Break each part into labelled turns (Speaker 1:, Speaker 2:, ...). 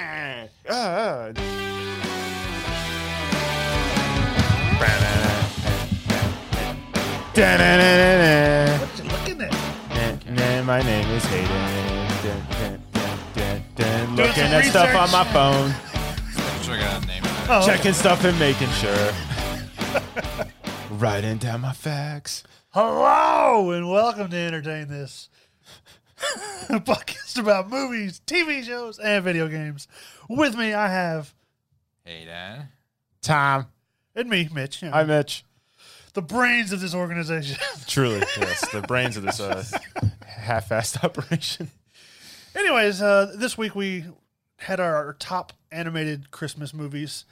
Speaker 1: Ah, ah. Da-na-na-na-na.
Speaker 2: What you looking at?
Speaker 1: Dun, dun, My name is Hayden. Dun, dun, dun, dun, dun.
Speaker 2: Doing
Speaker 1: Looking
Speaker 2: some
Speaker 1: at stuff on
Speaker 2: research.
Speaker 1: my phone,
Speaker 3: I'm sure I got a name. for that.
Speaker 2: Oh,
Speaker 1: checking stuff and making sure. Writing down my facts.
Speaker 2: Hello and welcome to Entertain This, a podcast about movies, TV shows, and video games. With me, I have
Speaker 3: Hey, Dan.
Speaker 1: Tom.
Speaker 2: and me, Mitch, you know,
Speaker 1: Hi, Mitch.
Speaker 2: the brains of this organization.
Speaker 1: Truly, yes. The brains of this uh, half-assed operation.
Speaker 2: Anyways, uh, this week we had our top animated Christmas movies.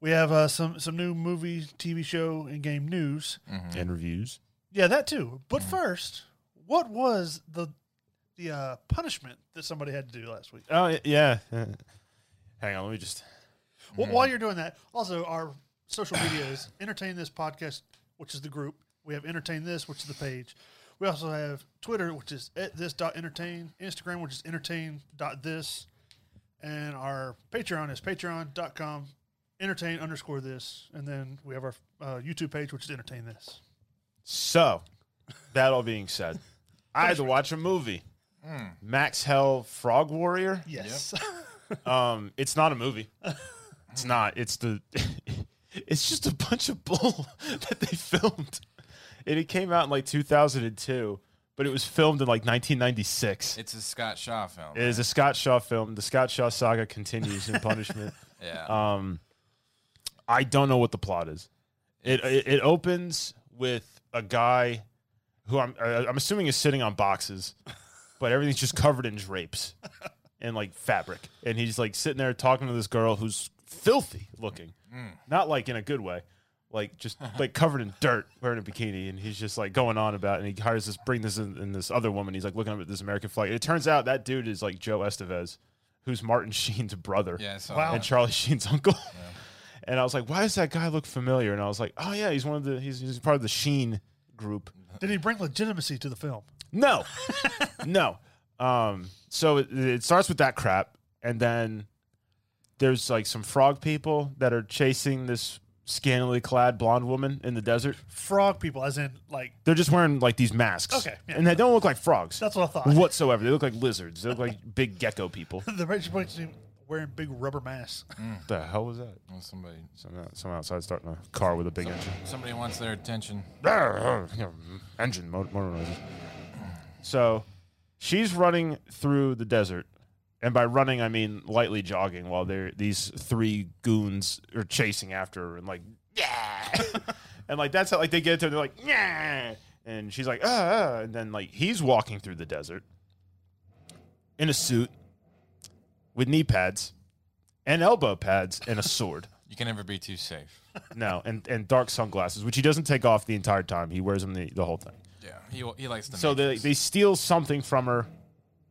Speaker 2: We have uh, some some new movie, TV show, and game news.
Speaker 3: Mm-hmm.
Speaker 1: And reviews.
Speaker 2: Yeah, that too. But first, what was the the uh, punishment that somebody had to do last week?
Speaker 1: Oh, y- yeah. Uh, Hang on. Let me just...
Speaker 2: Well, while you're doing that, also our social media is entertain this podcast, which is the group. We have entertain this, which is the page. We also have Twitter, which is at this dot entertain. Instagram, which is entertain dot this, and our Patreon is patreon.com entertain underscore this, and then we have our uh, YouTube page, which is entertain this.
Speaker 1: So, that all being said, I had to watch a movie. Max Hell Frog Warrior.
Speaker 2: Yes,
Speaker 1: Um, it's not a movie. It's not. It's the. It's just a bunch of bull that they filmed, and it came out in like 2002, but it was filmed in like 1996.
Speaker 3: It's a Scott Shaw film.
Speaker 1: It is a Scott Shaw film. The Scott Shaw saga continues in Punishment.
Speaker 3: yeah.
Speaker 1: Um, I don't know what the plot is. It it, it opens with a guy who I'm uh, I'm assuming is sitting on boxes, but everything's just covered in drapes and like fabric, and he's like sitting there talking to this girl who's filthy looking, not like in a good way. Like just like covered in dirt, wearing a bikini, and he's just like going on about, it, and he hires this, bring this in, and this other woman. He's like looking up at this American flag. It turns out that dude is like Joe Estevez, who's Martin Sheen's brother
Speaker 3: yeah. So
Speaker 2: Wow.
Speaker 1: and Charlie Sheen's uncle. And I was like, why does that guy look familiar? And I was like, oh yeah, he's one of the he's, he's part of the Sheen group.
Speaker 2: did he bring legitimacy to the film?
Speaker 1: No, no. Um, so it, it starts with that crap, and then there's like some frog people that are chasing this scantily clad blonde woman in the desert.
Speaker 2: Frog people, as in like
Speaker 1: They're just wearing like these masks,
Speaker 2: Okay, yeah.
Speaker 1: and they don't look like frogs
Speaker 2: that's what I thought.
Speaker 1: whatsoever. They look like lizards. They look like big gecko people.
Speaker 2: the Rachel Blake's wearing big rubber masks.
Speaker 1: What the hell was that?
Speaker 3: Well, somebody,
Speaker 1: Someone someone outside starting a car with a big engine.
Speaker 3: somebody wants their attention.
Speaker 1: engine motor, motor noises. So she's running through the desert, and by running I mean lightly jogging while they're these three goons are chasing after her and like yeah, and like that's how like they get to her. They're like yeah, and she's like ah, ah," and then like he's walking through the desert in a suit with knee pads and elbow pads and a sword.
Speaker 3: You can never be too safe.
Speaker 1: No, and and dark sunglasses, which he doesn't take off the entire time. He wears them the, the whole thing.
Speaker 3: Yeah. He, he likes the.
Speaker 1: So they
Speaker 3: Matrix.
Speaker 1: they steal something from her.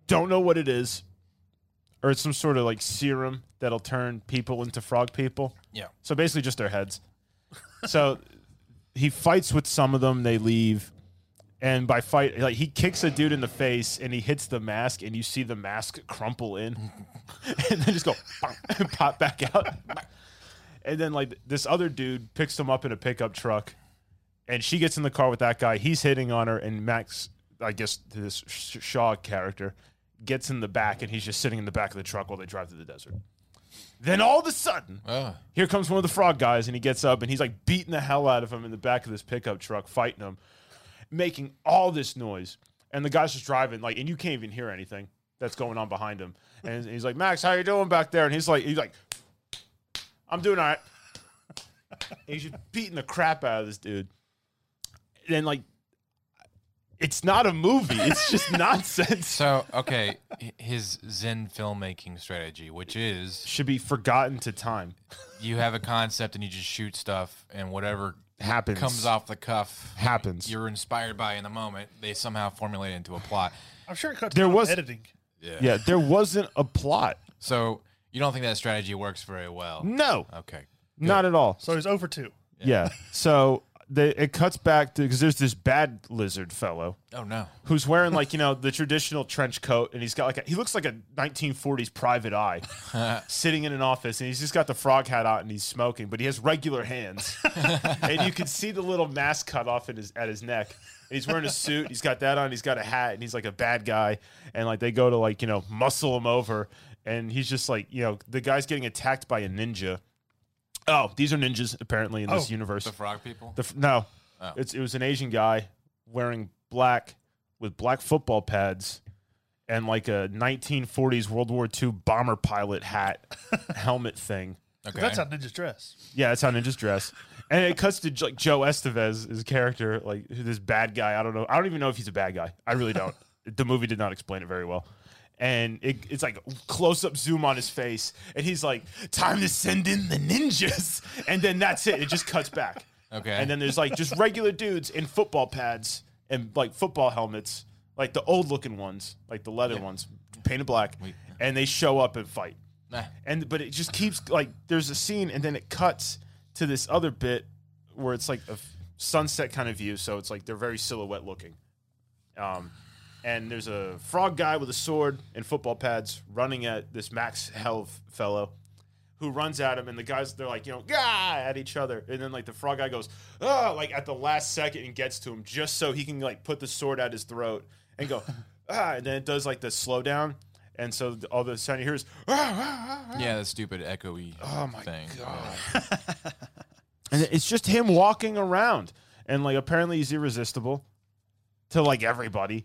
Speaker 1: Don't know what it is, or it's some sort of like serum that'll turn people into frog people.
Speaker 3: Yeah.
Speaker 1: So basically, just their heads. so he fights with some of them. They leave, and by fight, like he kicks a dude in the face, and he hits the mask, and you see the mask crumple in, and then just go "Bonk," and pop back out. And then like this other dude picks them up in a pickup truck, and she gets in the car with that guy. He's hitting on her, and Max, I guess this Sh- Shaw character, gets in the back, and he's just sitting in the back of the truck while they drive through the desert. Then all of a sudden,
Speaker 3: Oh.
Speaker 1: here comes one of the frog guys and he gets up and he's like beating the hell out of him in the back of this pickup truck fighting him making all this noise and the guy's just driving like and you can't even hear anything that's going on behind him and he's like max how you doing back there and he's like he's like i'm doing all right and he's just beating the crap out of this dude and then like it's not a movie it's just nonsense
Speaker 3: So okay, h- his Zen filmmaking strategy, which is
Speaker 1: should be forgotten to time
Speaker 3: you have a concept and you just shoot stuff and whatever
Speaker 1: happens
Speaker 3: comes off the cuff
Speaker 1: happens
Speaker 3: you're inspired by in the moment they somehow formulate into a plot.
Speaker 2: I'm sure it cut
Speaker 1: There
Speaker 2: there
Speaker 1: was-
Speaker 2: was editing.
Speaker 1: yeah there wasn't a plot
Speaker 3: So you don't think that strategy works very well?
Speaker 1: no
Speaker 3: Okay.
Speaker 1: not at all
Speaker 2: So he's over two.
Speaker 1: Yeah. So they, it cuts back to because there's this bad lizard fellow
Speaker 3: Oh no.
Speaker 1: who's wearing like you know the traditional trench coat and he's got like a, he looks like a 1940s private eye sitting in an office and he's just got the frog hat on and he's smoking but he has regular hands and you can see the little mask cut off in his, at his neck and he's wearing a suit he's got that on he's got a hat and he's like a bad guy and like they go to like you know muscle him over and he's just like you know the guy's getting attacked by a ninja oh these are ninjas apparently in this
Speaker 2: Oh,
Speaker 1: universe
Speaker 3: The frog people.
Speaker 1: the f- no,
Speaker 3: Oh.
Speaker 1: it's it was an Asian guy wearing black with black football pads and like a 1940s World War II bomber pilot hat helmet thing.
Speaker 3: okay.
Speaker 2: That's how ninjas dress.
Speaker 1: Yeah, that's how ninjas dress. And it cuts to like Joe Estevez, his character, like who- this bad guy. I don't know. I don't even know if he's a bad guy. I really don't. the movie did not explain it very well. And it, it's like close up zoom on his face, and he's like, "Time to send in the ninjas." And then that's it. It just cuts back.
Speaker 3: Okay.
Speaker 1: And then there's like just regular dudes in football pads and like football helmets, like the old looking ones, like the leather ones, painted black,
Speaker 3: We-
Speaker 1: and they show up and fight
Speaker 3: Nah.
Speaker 1: and but it just keeps like there's a scene and then it cuts to this other bit where it's like a f- sunset kind of view so it's like they're very silhouette looking um and there's a frog guy with a sword and football pads running at this max health fellow who runs at him and the guys they're like you know Gah! at each other and then like the frog guy goes ah like at the last second and gets to him just so he can like put the sword at his throat and go ah and then it does like the slowdown and so th- all the sound you hear is ah, ah, ah, ah.
Speaker 3: Yeah, the stupid echoey
Speaker 1: Oh my
Speaker 3: thing.
Speaker 1: god! and it's just him walking around, and like apparently he's irresistible to like everybody.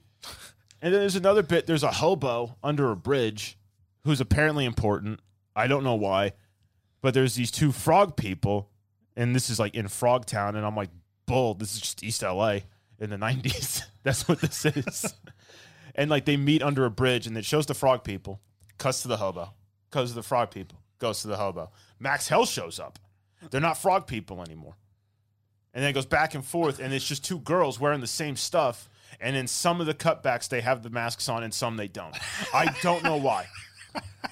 Speaker 1: And then there's another bit. There's a hobo under a bridge who's apparently important. I don't know why, but there's these two frog people, and this is like in Frog Town, and I'm like, bull. This is just East LA in the '90s. That's what this is. and like they meet under a bridge, and it shows the frog people, cuts to the hobo, cuts to the frog people, goes to the hobo. Max Hell shows up. They're not frog people anymore. And then it goes back and forth, and it's just two girls wearing the same stuff. And in some of the cutbacks, they have the masks on, and some they don't. I don't know why.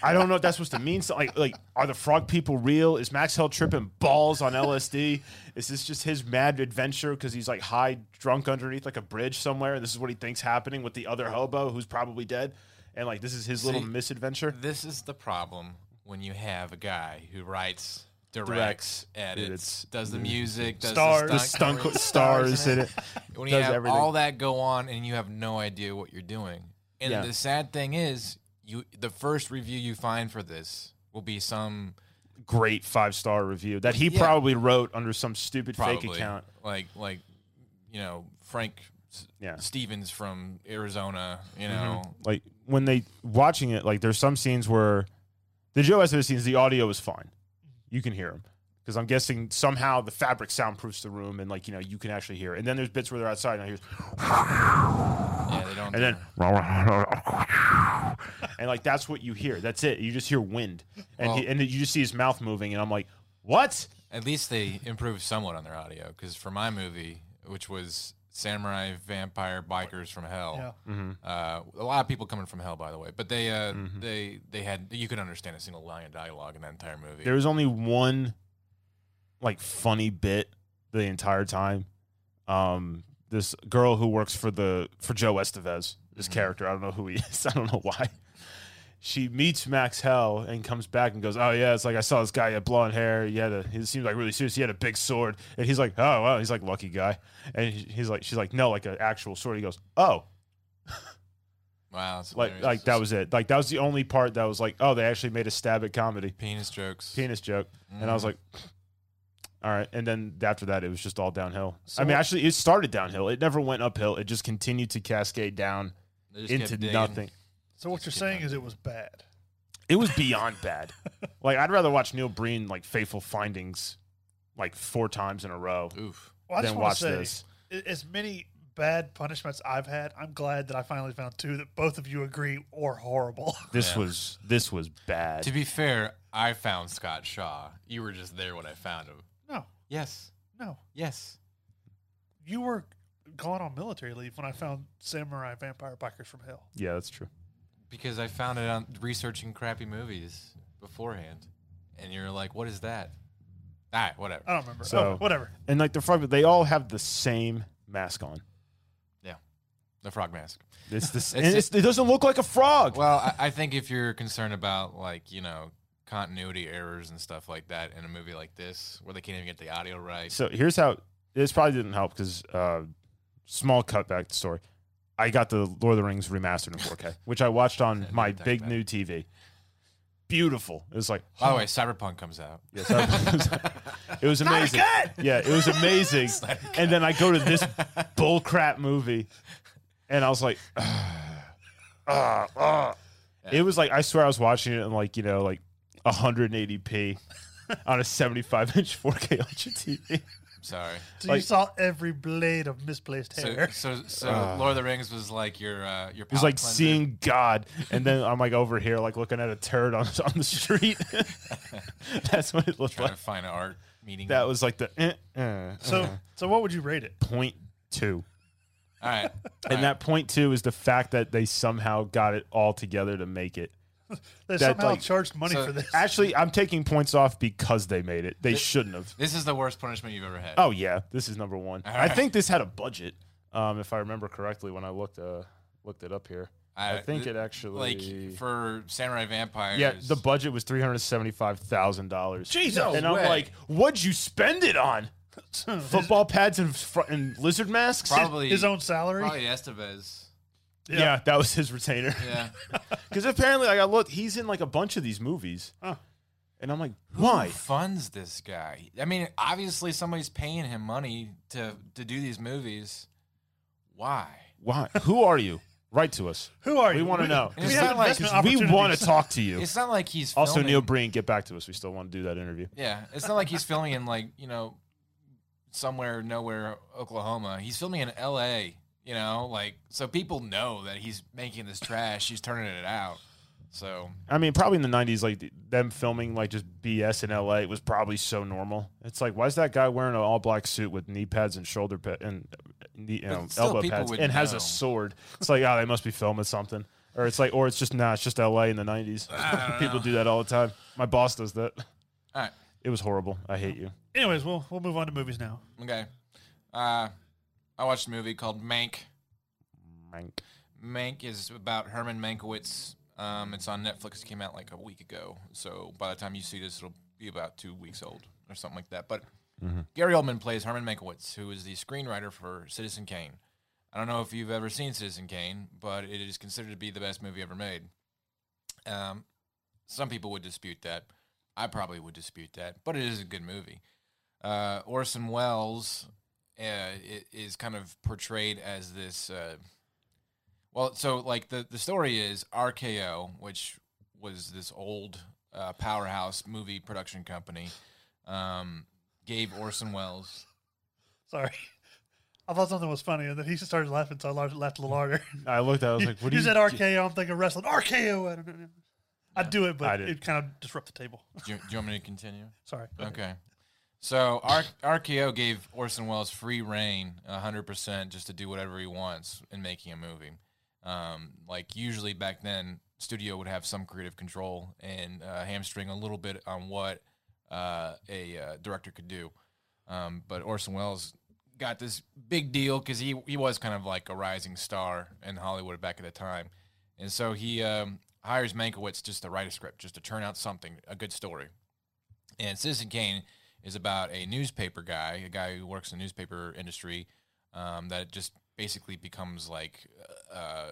Speaker 1: I don't know if that's supposed to mean something. Like, like, are the frog people real? Is Max Hell tripping balls on LSD? Is this just his mad adventure because he's like high drunk underneath like a bridge somewhere, and this is what he thinks happening with the other hobo who's probably dead, and like this is his little
Speaker 3: See,
Speaker 1: misadventure?
Speaker 3: This is the problem when you have a guy who writes,
Speaker 1: Directs,
Speaker 3: directs, edits,
Speaker 1: edits,
Speaker 3: does the music, does
Speaker 2: Stars.
Speaker 3: the
Speaker 1: The
Speaker 3: stunt,
Speaker 1: stunk
Speaker 3: coordination.
Speaker 1: stars in it.
Speaker 3: When you
Speaker 1: does
Speaker 3: have
Speaker 1: everything.
Speaker 3: all that go on and you have no idea what you're doing. And
Speaker 1: Yeah.
Speaker 3: the sad thing is, you the first review you find for this will be some
Speaker 1: great five star review that he
Speaker 3: Yeah.
Speaker 1: probably wrote under some stupid
Speaker 3: probably
Speaker 1: fake account.
Speaker 3: like like you know Frank S-
Speaker 1: Yeah. Mm-hmm.
Speaker 3: Stevens from Arizona. You know,
Speaker 1: Like when they watching it, like there's some scenes where the Joe Estevez scenes, the audio is fine. You can hear him because I'm guessing somehow the fabric soundproofs the room and like you know you can actually hear. It. And then there's bits where they're outside and I hear
Speaker 3: yeah, they don't.
Speaker 1: and then
Speaker 3: do-
Speaker 1: and like that's what you hear. That's it. You just hear wind and he,
Speaker 3: Well-
Speaker 1: and you just see his mouth moving and I'm like, what?
Speaker 3: At least they improved somewhat on their audio because for my movie, which was Samurai Vampire Bikers from
Speaker 1: Oh.
Speaker 3: Hell, uh, a lot of people coming from hell, by the way, but they uh,
Speaker 1: Mm-hmm.
Speaker 3: they they had you could understand a single line of dialogue in that entire movie.
Speaker 1: There was only one like funny bit the entire time. Um, this girl who works for the for Joe Estevez, this character, I don't know who he is, I don't know why. She meets Max Hell and comes back and goes, "Oh yeah, it's like I saw this guy he had blonde hair. He had a he seemed like really serious. He had a big sword." And he's like, "Oh wow, he's like lucky guy." And he- he's like, "She's like, no, like an actual sword." He goes, "Oh,
Speaker 3: wow, it's
Speaker 1: like
Speaker 3: hilarious.
Speaker 1: like that was it. Like that was the only part that was like, oh, they actually made a stab at comedy."
Speaker 3: penis jokes.
Speaker 1: penis joke, and I was
Speaker 3: Mhm.
Speaker 1: like, all right. And then after that, it was just all downhill.
Speaker 2: So-
Speaker 1: I mean, actually, it started downhill. It never went uphill. It just continued to cascade down
Speaker 3: They just kept
Speaker 1: into
Speaker 3: digging.
Speaker 1: nothing.
Speaker 2: So what you're
Speaker 3: keep
Speaker 2: saying
Speaker 3: on
Speaker 2: is it was bad.
Speaker 1: It was beyond bad. Like I'd rather watch Neil Breen like Faithful Findings like four times in a row
Speaker 3: Oof.
Speaker 2: Well, I just
Speaker 1: than
Speaker 2: want
Speaker 1: watch
Speaker 2: to say,
Speaker 1: this.
Speaker 2: a- as many bad punishments I've had, I'm glad that I finally found two that both of you agree are horrible.
Speaker 1: This
Speaker 3: Yeah.
Speaker 1: was this was bad.
Speaker 3: To be fair, I found Scott Shaw. You were just there when I found him.
Speaker 2: no,
Speaker 3: Yes,
Speaker 2: no,
Speaker 3: yes.
Speaker 2: you were gone on military leave when I found Samurai Vampire Bikers from Hell.
Speaker 1: yeah, that's true.
Speaker 3: Because I found it on researching crappy movies beforehand, and you're like, "What is that?" All right, whatever.
Speaker 2: I don't remember.
Speaker 1: So-
Speaker 2: oh, whatever.
Speaker 1: And like the frog, they all have the same mask on.
Speaker 3: The frog mask.
Speaker 1: It's this,
Speaker 3: It's
Speaker 1: and it's,
Speaker 3: just-
Speaker 1: it doesn't look like a frog.
Speaker 3: Well, I, I think if you're concerned about like you know continuity errors and stuff like that in a movie like this, where they can't even get the audio right.
Speaker 1: So here's how this probably didn't help because uh, small cutback to story. I got the Lord of the Rings remastered in 4K, which I watched on
Speaker 3: didn't
Speaker 1: my
Speaker 3: talk
Speaker 1: big
Speaker 3: about
Speaker 1: new TV. Beautiful. It was like,
Speaker 3: By the way, Cyberpunk comes out.
Speaker 1: Yes, I- it was amazing. Yeah, it was amazing. and then I go to this bullcrap movie, and I was like, ah, ah. it was like I swear I was watching it in like you know like 180p on a 75 inch 4K Ultra TV.
Speaker 3: Sorry.
Speaker 2: So you
Speaker 1: like-
Speaker 2: saw every blade of misplaced
Speaker 3: So
Speaker 2: hair.
Speaker 3: so so
Speaker 1: Uh.
Speaker 3: Lord of the Rings was like your uh, your.
Speaker 1: It was like seeing God, and then I'm like over here like looking at a turd on on the street. That's what it looked
Speaker 3: trying
Speaker 1: like.
Speaker 3: to find an art meeting.
Speaker 1: That was like the eh, eh,
Speaker 2: So,
Speaker 1: eh,
Speaker 2: so what would you rate it?
Speaker 1: point two.
Speaker 3: all right.
Speaker 1: And that point two is the fact that they somehow got it all together to make it.
Speaker 2: They
Speaker 1: That,
Speaker 2: somehow
Speaker 1: like-
Speaker 2: charged money
Speaker 3: So-
Speaker 2: for this.
Speaker 1: Actually, I'm taking points off because they made it. They shouldn't have.
Speaker 3: This is the worst punishment you've ever had.
Speaker 1: Oh yeah, this is number one.
Speaker 3: All
Speaker 1: I
Speaker 3: right.
Speaker 1: think this had a budget, um, if I remember correctly when I looked uh, looked it up here. I, think
Speaker 3: th-
Speaker 1: it actually
Speaker 3: like for Samurai Vampires.
Speaker 1: yeah, the budget was three hundred seventy five thousand dollars.
Speaker 2: Jesus.
Speaker 1: and I'm
Speaker 3: way.
Speaker 1: like, what'd you spend it on?
Speaker 2: his,
Speaker 1: Football pads and, fr- and lizard masks.
Speaker 3: probably
Speaker 2: his own salary.
Speaker 3: probably Estevez.
Speaker 1: Yeah. that was his retainer.
Speaker 3: Yeah.
Speaker 1: Because apparently, like I looked, he's in like a bunch of these movies,
Speaker 2: Huh.
Speaker 1: and I'm like, why?
Speaker 3: Who funds this guy? I mean, obviously somebody's paying him money to to do these movies. Why?
Speaker 1: Why? Who are you? Write to us.
Speaker 2: Who are you?
Speaker 1: We want to know.
Speaker 3: It's
Speaker 2: We have
Speaker 3: not like-
Speaker 2: investment
Speaker 1: We
Speaker 2: opportunities.
Speaker 1: want to talk to you.
Speaker 3: It's not like he's
Speaker 1: Also,
Speaker 3: filming-
Speaker 1: Neil Breen, get back to us. We still want to do that interview.
Speaker 3: Yeah, it's not like he's filming in like you know somewhere nowhere Oklahoma. He's filming in L.A. You know, like so people know that he's making this trash. He's turning it out. So
Speaker 1: I mean, probably in the '90s, like them filming like just BS in LA was probably so normal. It's like, why is that guy wearing an all black suit with knee pads and shoulder pa- and uh, knee, you know,
Speaker 3: still,
Speaker 1: elbow
Speaker 3: people
Speaker 1: pads
Speaker 3: would
Speaker 1: and has
Speaker 3: know.
Speaker 1: a sword? It's like, oh, they must be filming something, or it's like, or it's just nah, it's just LA in the '90s.
Speaker 3: I don't
Speaker 1: People
Speaker 3: know.
Speaker 1: do that all the time. My boss does that.
Speaker 3: all right,
Speaker 1: It was horrible. I hate you.
Speaker 2: Anyways, we'll we'll move on to movies now.
Speaker 3: okay. Uh, I watched a movie called Mank.
Speaker 1: Mank.
Speaker 3: Mank is about Herman Mankiewicz. Um, it's on Netflix. It came out like a week ago. So by the time you see this, it'll be about two weeks old or something like that. But Gary Oldman plays Herman Mankiewicz, who is the screenwriter for Citizen Kane. I don't know if you've ever seen Citizen Kane, but it is considered to be the best movie ever made. Um, some people would dispute that. I probably would dispute that, but it is a good movie. Uh, Orson Welles uh, i- is kind of portrayed as this. Uh, well, so like the the story is RKO, which was this old uh, powerhouse movie production company, um, gave Orson Welles.
Speaker 2: Sorry. I thought something was funny, and then he just started laughing, so I laughed laughed a little harder.
Speaker 1: I looked at. it, I was like, what do
Speaker 2: you
Speaker 1: you?
Speaker 2: said RKO. I'm thinking wrestling. RKO. I don't know. I do it,
Speaker 1: I
Speaker 2: but
Speaker 1: didn't.
Speaker 2: it kind of disrupt the table.
Speaker 3: Do you, do you want me to continue?
Speaker 2: Sorry.
Speaker 3: Okay. So R- RKO gave Orson Welles free reign, 100%, just to do whatever he wants in making a movie. Um, like, usually back then, studio would have some creative control and uh, hamstring a little bit on what uh, a uh, director could do. Um, but Orson Welles got this big deal because he, he was kind of like a rising star in Hollywood back at the time. And so he um, hires Mankiewicz just to write a script, just to turn out something, a good story. And Citizen Kane is about a newspaper guy, a guy who works in the newspaper industry, um, that just basically becomes like uh,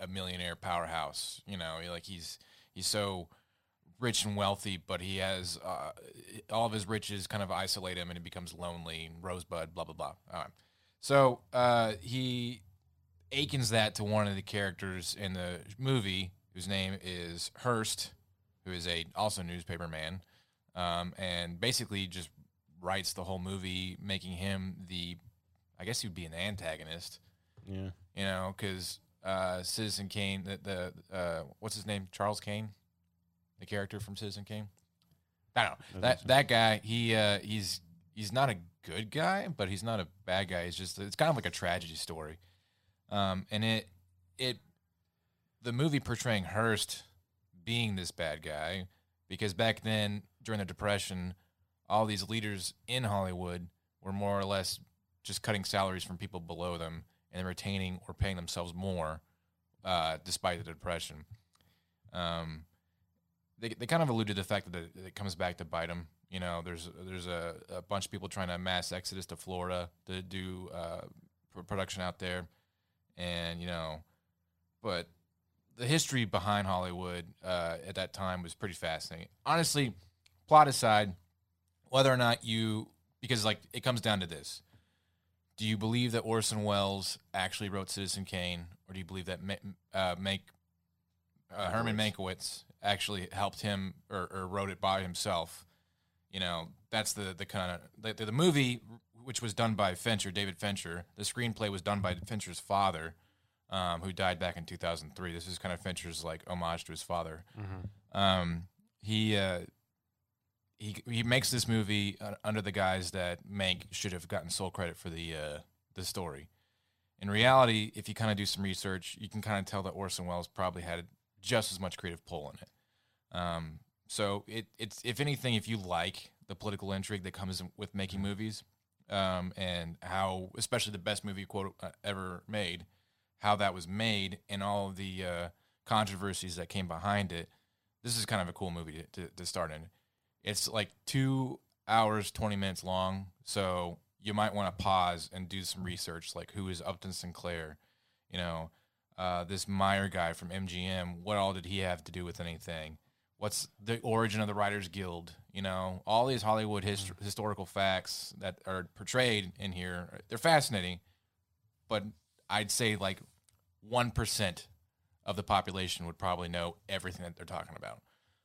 Speaker 3: a, a millionaire powerhouse. You know, like he's he's so rich and wealthy, but he has uh, all of his riches kind of isolate him, and he becomes lonely. Rosebud, blah blah blah. All right. So uh, he akins that to one of the characters in the movie, whose name is Hearst, who is a also newspaper man, um, and basically just writes the whole movie, making him the, I guess he'd be an antagonist,
Speaker 1: yeah.
Speaker 3: you know, because uh, Citizen Kane, the, the uh, what's his name, Charles Kane, the character from Citizen Kane. I don't know that that guy. He uh, he's he's not a good guy, but he's not a bad guy. He's just it's kind of like a tragedy story, um, and it it the movie portraying Hearst being this bad guy because back then during the Depression, all these leaders in Hollywood were more or less just cutting salaries from people below them and retaining or paying themselves more, uh, despite the depression. Um, they, they kind of alluded to the fact that it, it comes back to bite them. You know, there's there's a, a bunch of people trying to mass exodus to Florida to do uh, pr- production out there, and you know, but the history behind Hollywood uh, at that time was pretty fascinating. Honestly, plot aside, whether or not you because like it comes down to this: do you believe that Orson Welles actually wrote Citizen Kane, or do you believe that Ma- uh, make uh, Herman Mankiewicz actually helped him or, or wrote it by himself? You know, that's the the kind of the, the movie which was done by Fincher, David Fincher. The screenplay was done by Fincher's father um, who died back in 2003. This is kind of Fincher's like homage to his father. Um, he uh, he he makes this movie uh, under the guise that Mank should have gotten sole credit for the uh, the story. In reality, if you kind of do some research, you can kind of tell that Orson Welles probably had just as much creative pull in it. Um, so it it's if anything, if you like the political intrigue that comes with making movies, um, and how especially the best movie quote uh, ever made, how that was made and all of the uh, controversies that came behind it. This is kind of a cool movie to, to, to start in. It's like two hours, 20 minutes long. So you might want to pause and do some research like who is Upton Sinclair? You know, uh, this Meyer guy from MGM, what all did he have to do with anything? What's the origin of the Writers Guild? You know, all these Hollywood hist-
Speaker 1: Mm.
Speaker 3: historical facts that are portrayed in here, they're fascinating, but I'd say like one percent of the population would probably know everything that they're talking about.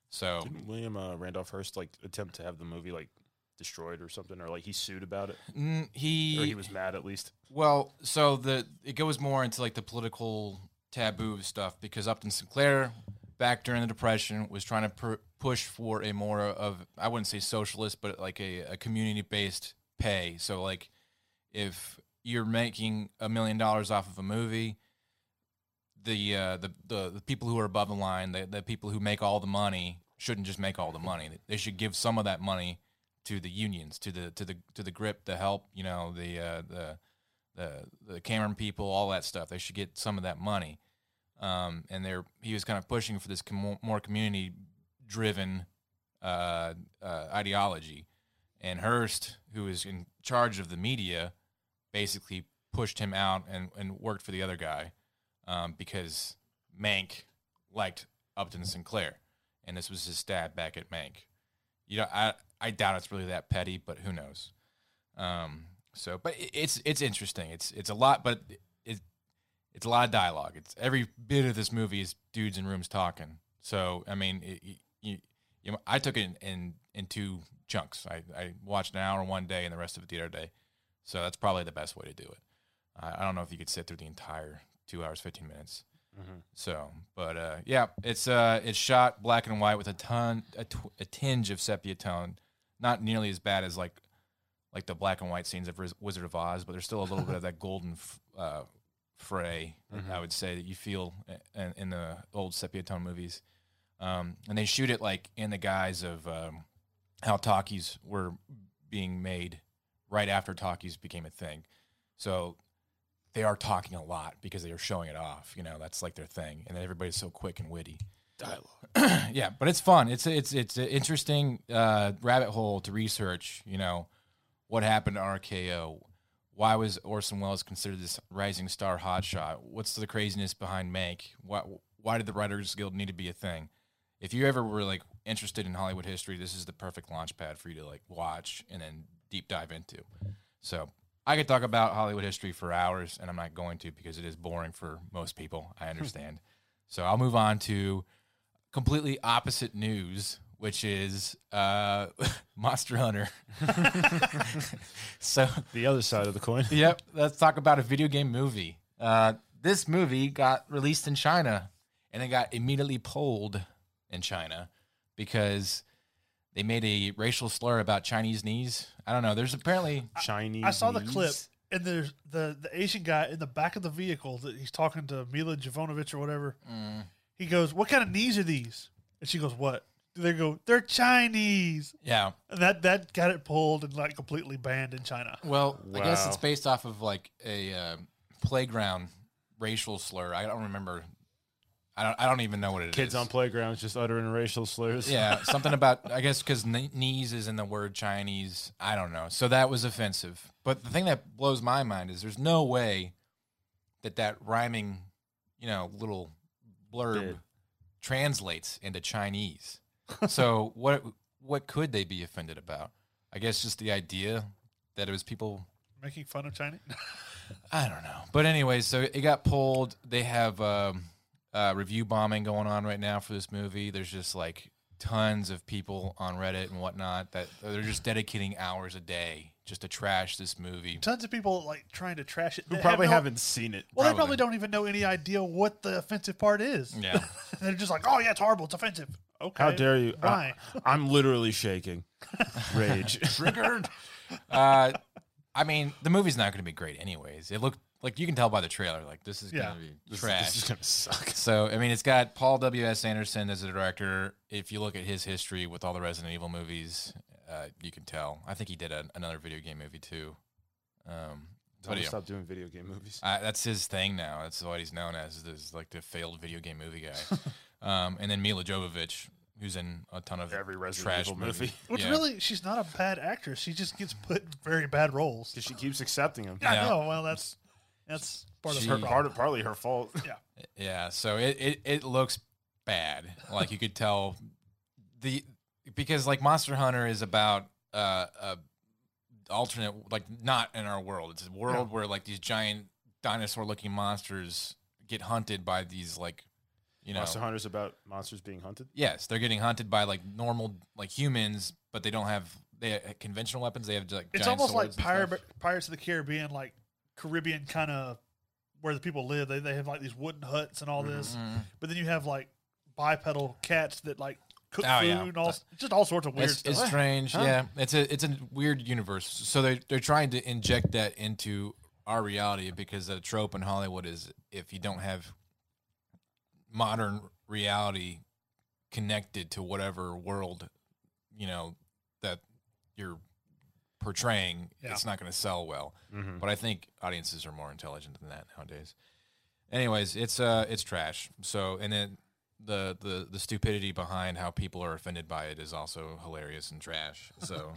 Speaker 3: So
Speaker 1: Didn't William uh, Randolph Hearst like attempt to have the movie like destroyed or something, or like he sued about it,
Speaker 3: mm, he,
Speaker 1: or he was mad at least?
Speaker 3: well, so the it goes more into like the political taboo stuff because Upton Sinclair back during the Depression was trying to pr- push for a more of I wouldn't say socialist, but like a, a community based pay. So like if you're making a million dollars off of a movie the uh, the, the the people who are above the line, the, the people who make all the money, shouldn't just make all the money. They should give some of that money to the unions, to the to the to the grip, the help, you know, the uh, the the the Cameron people, all that stuff. They should get some of that money. Um, and they're he was kind of pushing for this com- more community driven uh, uh, ideology. And Hearst, who is in charge of the media, basically pushed him out and, and worked for the other guy um, because Mank liked Upton Sinclair, and this was his stab back at Mank. You know, I I doubt it's really that petty, but who knows? Um, so, but it, it's it's interesting. It's it's a lot, but it it's a lot of dialogue. It's every bit of this movie is dudes in rooms talking. So, I mean, it, you, you, you know, I took it in, in in two chunks. I, I watched an hour one day and the rest of it the other day. So that's probably the best way to do it. I, I don't know if you could sit through the entire two hours fifteen minutes.
Speaker 1: Mm-hmm.
Speaker 3: So, but uh, yeah, it's uh, it's shot black and white with a ton a, tw- a tinge of sepia tone. Not nearly as bad as like like the black and white scenes of Riz- Wizard of Oz, but there's still a little bit of that golden f- uh, fray. I would say that you feel i- in, in the old sepia tone movies. Um, and they shoot it like in the guise of um, how talkies were being made right after talkies became a thing. So they are talking a lot because they are showing it off. You know, that's like their thing, and everybody's so quick and witty. Dialogue. yeah, but it's fun. It's it's it's an interesting uh, rabbit hole to research. You know, what happened to RKO? Why was Orson Welles considered this rising star hotshot? What's the craziness behind Mank? Why why did the Writers Guild need to be a thing? If you ever were like interested in Hollywood history, this is the perfect launch pad for you to like watch and then deep dive into. So I could talk about Hollywood history for hours, and I'm not going to because it is boring for most people. I understand. so I'll move on to completely opposite news, which is uh, Monster Hunter. so
Speaker 1: The other side of the coin.
Speaker 3: yep. Let's talk about a video game movie. Uh, this movie got released in China and it got immediately pulled in China because they made a racial slur about Chinese knees. I don't know. There's apparently
Speaker 1: Chinese.
Speaker 2: I saw the
Speaker 1: knees.
Speaker 2: clip, and there's the the Asian guy in the back of the vehicle that he's talking
Speaker 3: mm,
Speaker 2: to Mila Jovovich or whatever. He goes, "What kind of knees are these?" And she goes, "What?" they go, they're Chinese.
Speaker 3: Yeah.
Speaker 2: And that that got it pulled and like completely banned in China.
Speaker 3: Well, I guess
Speaker 1: Wow.
Speaker 3: it's based off of like a uh, playground racial slur. I don't remember. I don't. I don't even know what it is.
Speaker 1: Kids on playgrounds just uttering racial slurs.
Speaker 3: Yeah, something about I guess because knees is in the word Chinese. I don't know. So that was offensive. But the thing that blows my mind is there's no way that that rhyming, you know, little blurb
Speaker 1: Did.
Speaker 3: translates into Chinese. so what what could they be offended about? I guess just the idea that it was people
Speaker 2: Making fun of China.
Speaker 3: I don't know. But anyway, so it got pulled. They have um, uh, review bombing going on right now for this movie. There's just like tons of people on Reddit and whatnot that they're just dedicating hours a day just to trash this movie.
Speaker 2: Tons of people like trying to trash it.
Speaker 1: Who
Speaker 2: They
Speaker 1: probably
Speaker 2: have no-
Speaker 1: haven't seen it.
Speaker 2: Well, they probably
Speaker 3: probably.
Speaker 2: don't even know any idea what the offensive part is.
Speaker 3: Yeah.
Speaker 2: They're just like, oh yeah, it's horrible. It's offensive. Okay.
Speaker 1: How dare you?
Speaker 2: Why?
Speaker 1: I, am literally shaking. Rage.
Speaker 3: Triggered. uh, I mean, the movie's not going to be great, anyways. It looked like you can tell by the trailer, like this is
Speaker 2: Yeah.
Speaker 3: going to be
Speaker 1: This-
Speaker 3: trash.
Speaker 1: This is gonna suck.
Speaker 3: So I mean, it's got Paul W. S. Anderson as the director. If you look at his history with all the Resident Evil movies, uh, you can tell. I think he did a, another video game movie too. Um,
Speaker 1: Tell
Speaker 3: but
Speaker 1: me
Speaker 3: yeah,
Speaker 1: to stop doing video game movies.
Speaker 3: I, that's his thing now. That's what he's known as. Is like the failed video game movie guy. um, and then Mila Jovovich, who's in a ton of
Speaker 1: Every Resident
Speaker 3: trash
Speaker 1: Evil
Speaker 3: movies.
Speaker 1: movie.
Speaker 2: Which
Speaker 3: Yeah.
Speaker 2: really, she's not a bad actress. She just gets put in very bad roles.
Speaker 1: Because she keeps accepting him.
Speaker 2: Yeah,
Speaker 3: Yeah.
Speaker 2: I know. Well, that's that's part
Speaker 1: It's
Speaker 2: of
Speaker 3: She-
Speaker 1: her,
Speaker 2: her
Speaker 1: part
Speaker 2: problem.
Speaker 1: of, partly her fault.
Speaker 3: Yeah, so it, it, it looks bad. Like you could tell the because like Monster Hunter is about uh a alternate like not in our world. It's a world where like these giant dinosaur looking monsters get hunted by these like you know
Speaker 1: Monster Hunter's about monsters being hunted.
Speaker 3: Yes, they're getting hunted by like normal like humans, but they don't have they have conventional weapons. They have like
Speaker 2: It's
Speaker 3: giant
Speaker 2: almost like
Speaker 3: swords and stuff.
Speaker 2: Pirate, Pirates of the Caribbean, like Caribbean kind of where the people live. They, they have like these wooden huts and all this,
Speaker 3: Mhm.
Speaker 2: but then you have like bipedal cats that like cook
Speaker 3: Oh,
Speaker 2: food
Speaker 3: yeah.
Speaker 2: and all just all sorts of weird
Speaker 3: it's,
Speaker 2: stuff.
Speaker 3: it's strange.
Speaker 1: Huh?
Speaker 3: Yeah, it's a it's a weird universe. So they they're trying to inject that into our reality because the trope in Hollywood is if you don't have modern reality connected to whatever world you know that you're portraying,
Speaker 2: Yeah.
Speaker 3: it's not going to sell well.
Speaker 1: Mm-hmm.
Speaker 3: But I think audiences are more intelligent than that nowadays. Anyways, it's uh it's trash. So and then the the the stupidity behind how people are offended by it is also hilarious and trash. So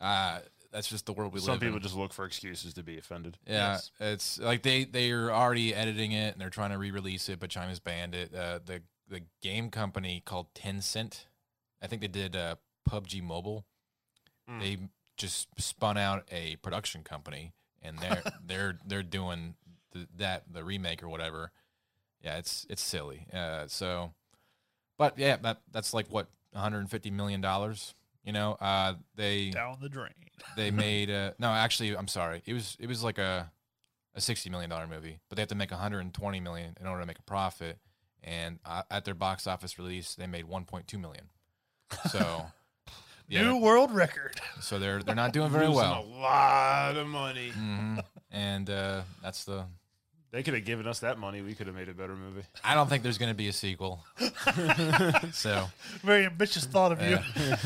Speaker 3: uh that's just the world we
Speaker 1: Some
Speaker 3: live in.
Speaker 1: people just look for excuses to be offended.
Speaker 3: Yeah,
Speaker 2: Yes.
Speaker 3: it's like they they are already editing it and they're trying to re-release it, but China's banned it. Uh, the the game company called Tencent, I think they did uh, PUBG Mobile.
Speaker 1: Mm.
Speaker 3: They just spun out a production company, and they're they're they're doing the, that the remake or whatever. Yeah, it's it's silly. Uh, so, but yeah, that that's like what 150 million dollars. You know, uh, they
Speaker 2: down the drain.
Speaker 3: they made a, no actually i'm sorry it was it was like a a 60 million dollar movie but they have to make 120 million in order to make a profit and uh, at their box office release they made 1.2 million so
Speaker 2: New
Speaker 3: yeah
Speaker 2: world record.
Speaker 3: so they're they're not doing very
Speaker 1: Losing A
Speaker 3: well
Speaker 1: lot of money.
Speaker 3: hmm and uh, that's the
Speaker 1: They could have given us that money. We could have made a better movie.
Speaker 3: i don't think there's going to be a sequel so
Speaker 2: Very ambitious thought of you.
Speaker 3: yeah.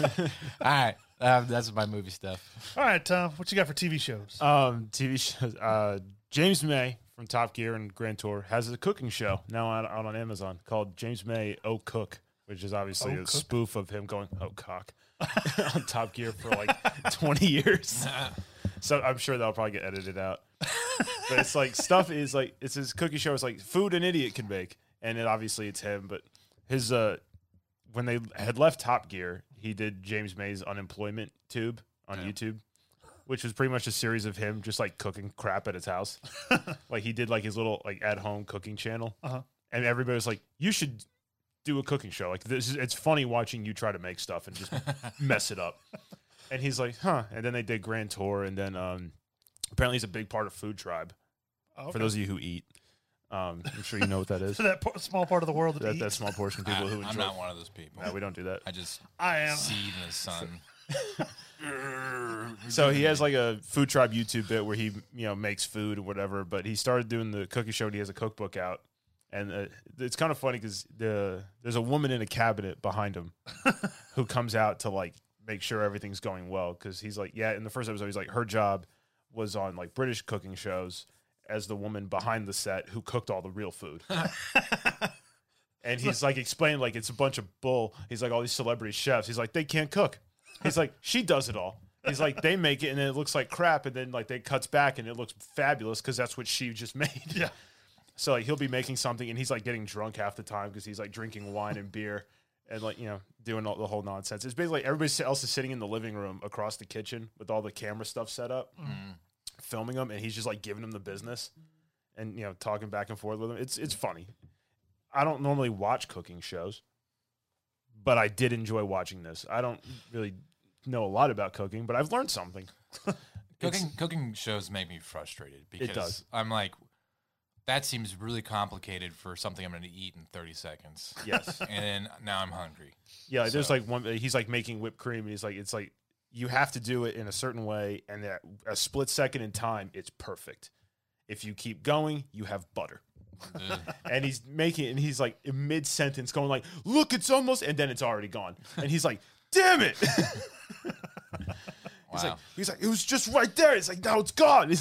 Speaker 3: all right uh, that's my movie stuff
Speaker 2: All right, Tom, what you got for TV shows?
Speaker 1: Um, TV shows. Uh, James May from Top Gear and Grand Tour has a cooking show now out, out on Amazon called James May Oh Cook, which is obviously
Speaker 2: Oh,
Speaker 1: a
Speaker 2: Cook?
Speaker 1: spoof of him going Oh Cock on Top Gear for like 20 years. So I'm sure that'll probably get edited out. but it's like stuff is like it's his cookie show. It's like food an idiot can make, and it obviously it's him. But his uh, when they had left Top Gear, he did James May's unemployment tube on
Speaker 3: Yeah.
Speaker 1: YouTube, which was pretty much a series of him just like cooking crap at his house. like he did like his little like at home cooking channel,
Speaker 2: Uh-huh.
Speaker 1: and everybody was like, "You should do a cooking show. Like this is it's funny watching you try to make stuff and just mess it up." And he's like, "Huh?" And then they did Grand Tour, and then um, apparently he's a big part of Food Tribe.
Speaker 2: Oh, Okay.
Speaker 1: For those of you who eat, um, I'm sure you know what that is.
Speaker 2: For that po- small part of the world that,
Speaker 1: that,
Speaker 2: eats.
Speaker 1: that small portion of
Speaker 3: I,
Speaker 1: people who
Speaker 3: i'm
Speaker 1: enjoy.
Speaker 3: not one of those people
Speaker 1: No, we don't do that.
Speaker 3: i just
Speaker 2: I am.
Speaker 3: seethe in the sun
Speaker 1: So he has like a food tribe YouTube bit where he you know makes food or whatever. But he started doing the cookie show and he has a cookbook out, and uh, it's kind of funny because the there's a woman in a cabinet behind him who comes out to like make sure everything's going well because he's like yeah in the first episode he's like her job was on like British cooking shows as the woman behind the set who cooked all the real food. and he's like explaining like it's a bunch of bull. He's like all these celebrity chefs. He's like they can't cook. He's like she does it all. He's like they make it and then it looks like crap and then like they cuts back and it looks fabulous because that's what she just made.
Speaker 2: Yeah.
Speaker 1: So like he'll be making something and he's like getting drunk half the time because he's like drinking wine and beer and like you know doing all the whole nonsense. It's basically everybody else is sitting in the living room across the kitchen with all the camera stuff set up, filming him, and he's just like giving him the business, and you know talking back and forth with him. It's it's funny. I don't normally watch cooking shows, but I did enjoy watching this. I don't really know a lot about cooking, but I've learned something. It's-
Speaker 3: Cooking cooking shows make me frustrated because
Speaker 1: does.
Speaker 3: I'm like, that seems really complicated for something I'm going to eat in 30 seconds,
Speaker 1: Yes.
Speaker 3: and now I'm hungry.
Speaker 1: Yeah, there's
Speaker 3: So-
Speaker 1: like one. uh, He's like making whipped cream, and he's like, it's like you have to do it in a certain way, and that a split second in time, it's perfect. If you keep going, you have butter.
Speaker 3: Ugh.
Speaker 1: And he's making, it, and he's like mid sentence, going like, "Look, it's almost," and then it's already gone. And he's like, "Damn it!"
Speaker 3: wow.
Speaker 1: he's like, "It was just right there." It's like now it's gone. and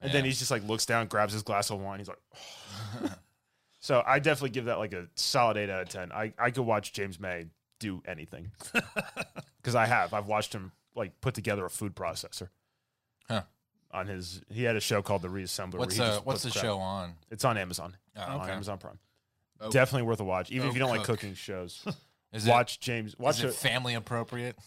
Speaker 1: then
Speaker 3: Yeah.
Speaker 1: he's just like looks down, grabs his glass of wine. He's like. So I definitely give that like a solid eight out of ten. I, I could watch James May do anything because I have I've watched him like put together a food processor.
Speaker 3: Huh.
Speaker 1: On his he had a show called The Reassembler. where
Speaker 3: what's
Speaker 1: he
Speaker 3: uh,
Speaker 1: just
Speaker 3: what's the
Speaker 1: puts crap-
Speaker 3: show on?
Speaker 1: It's on Amazon.
Speaker 3: Oh,
Speaker 1: On
Speaker 3: okay.
Speaker 1: Amazon Prime.
Speaker 3: Oh.
Speaker 1: Definitely worth a watch, even if
Speaker 3: Oh,
Speaker 1: you don't like
Speaker 3: cook.
Speaker 1: cooking shows.
Speaker 3: Is it,
Speaker 1: watch James.
Speaker 3: is
Speaker 1: Watch
Speaker 3: it
Speaker 1: it.
Speaker 3: family appropriate?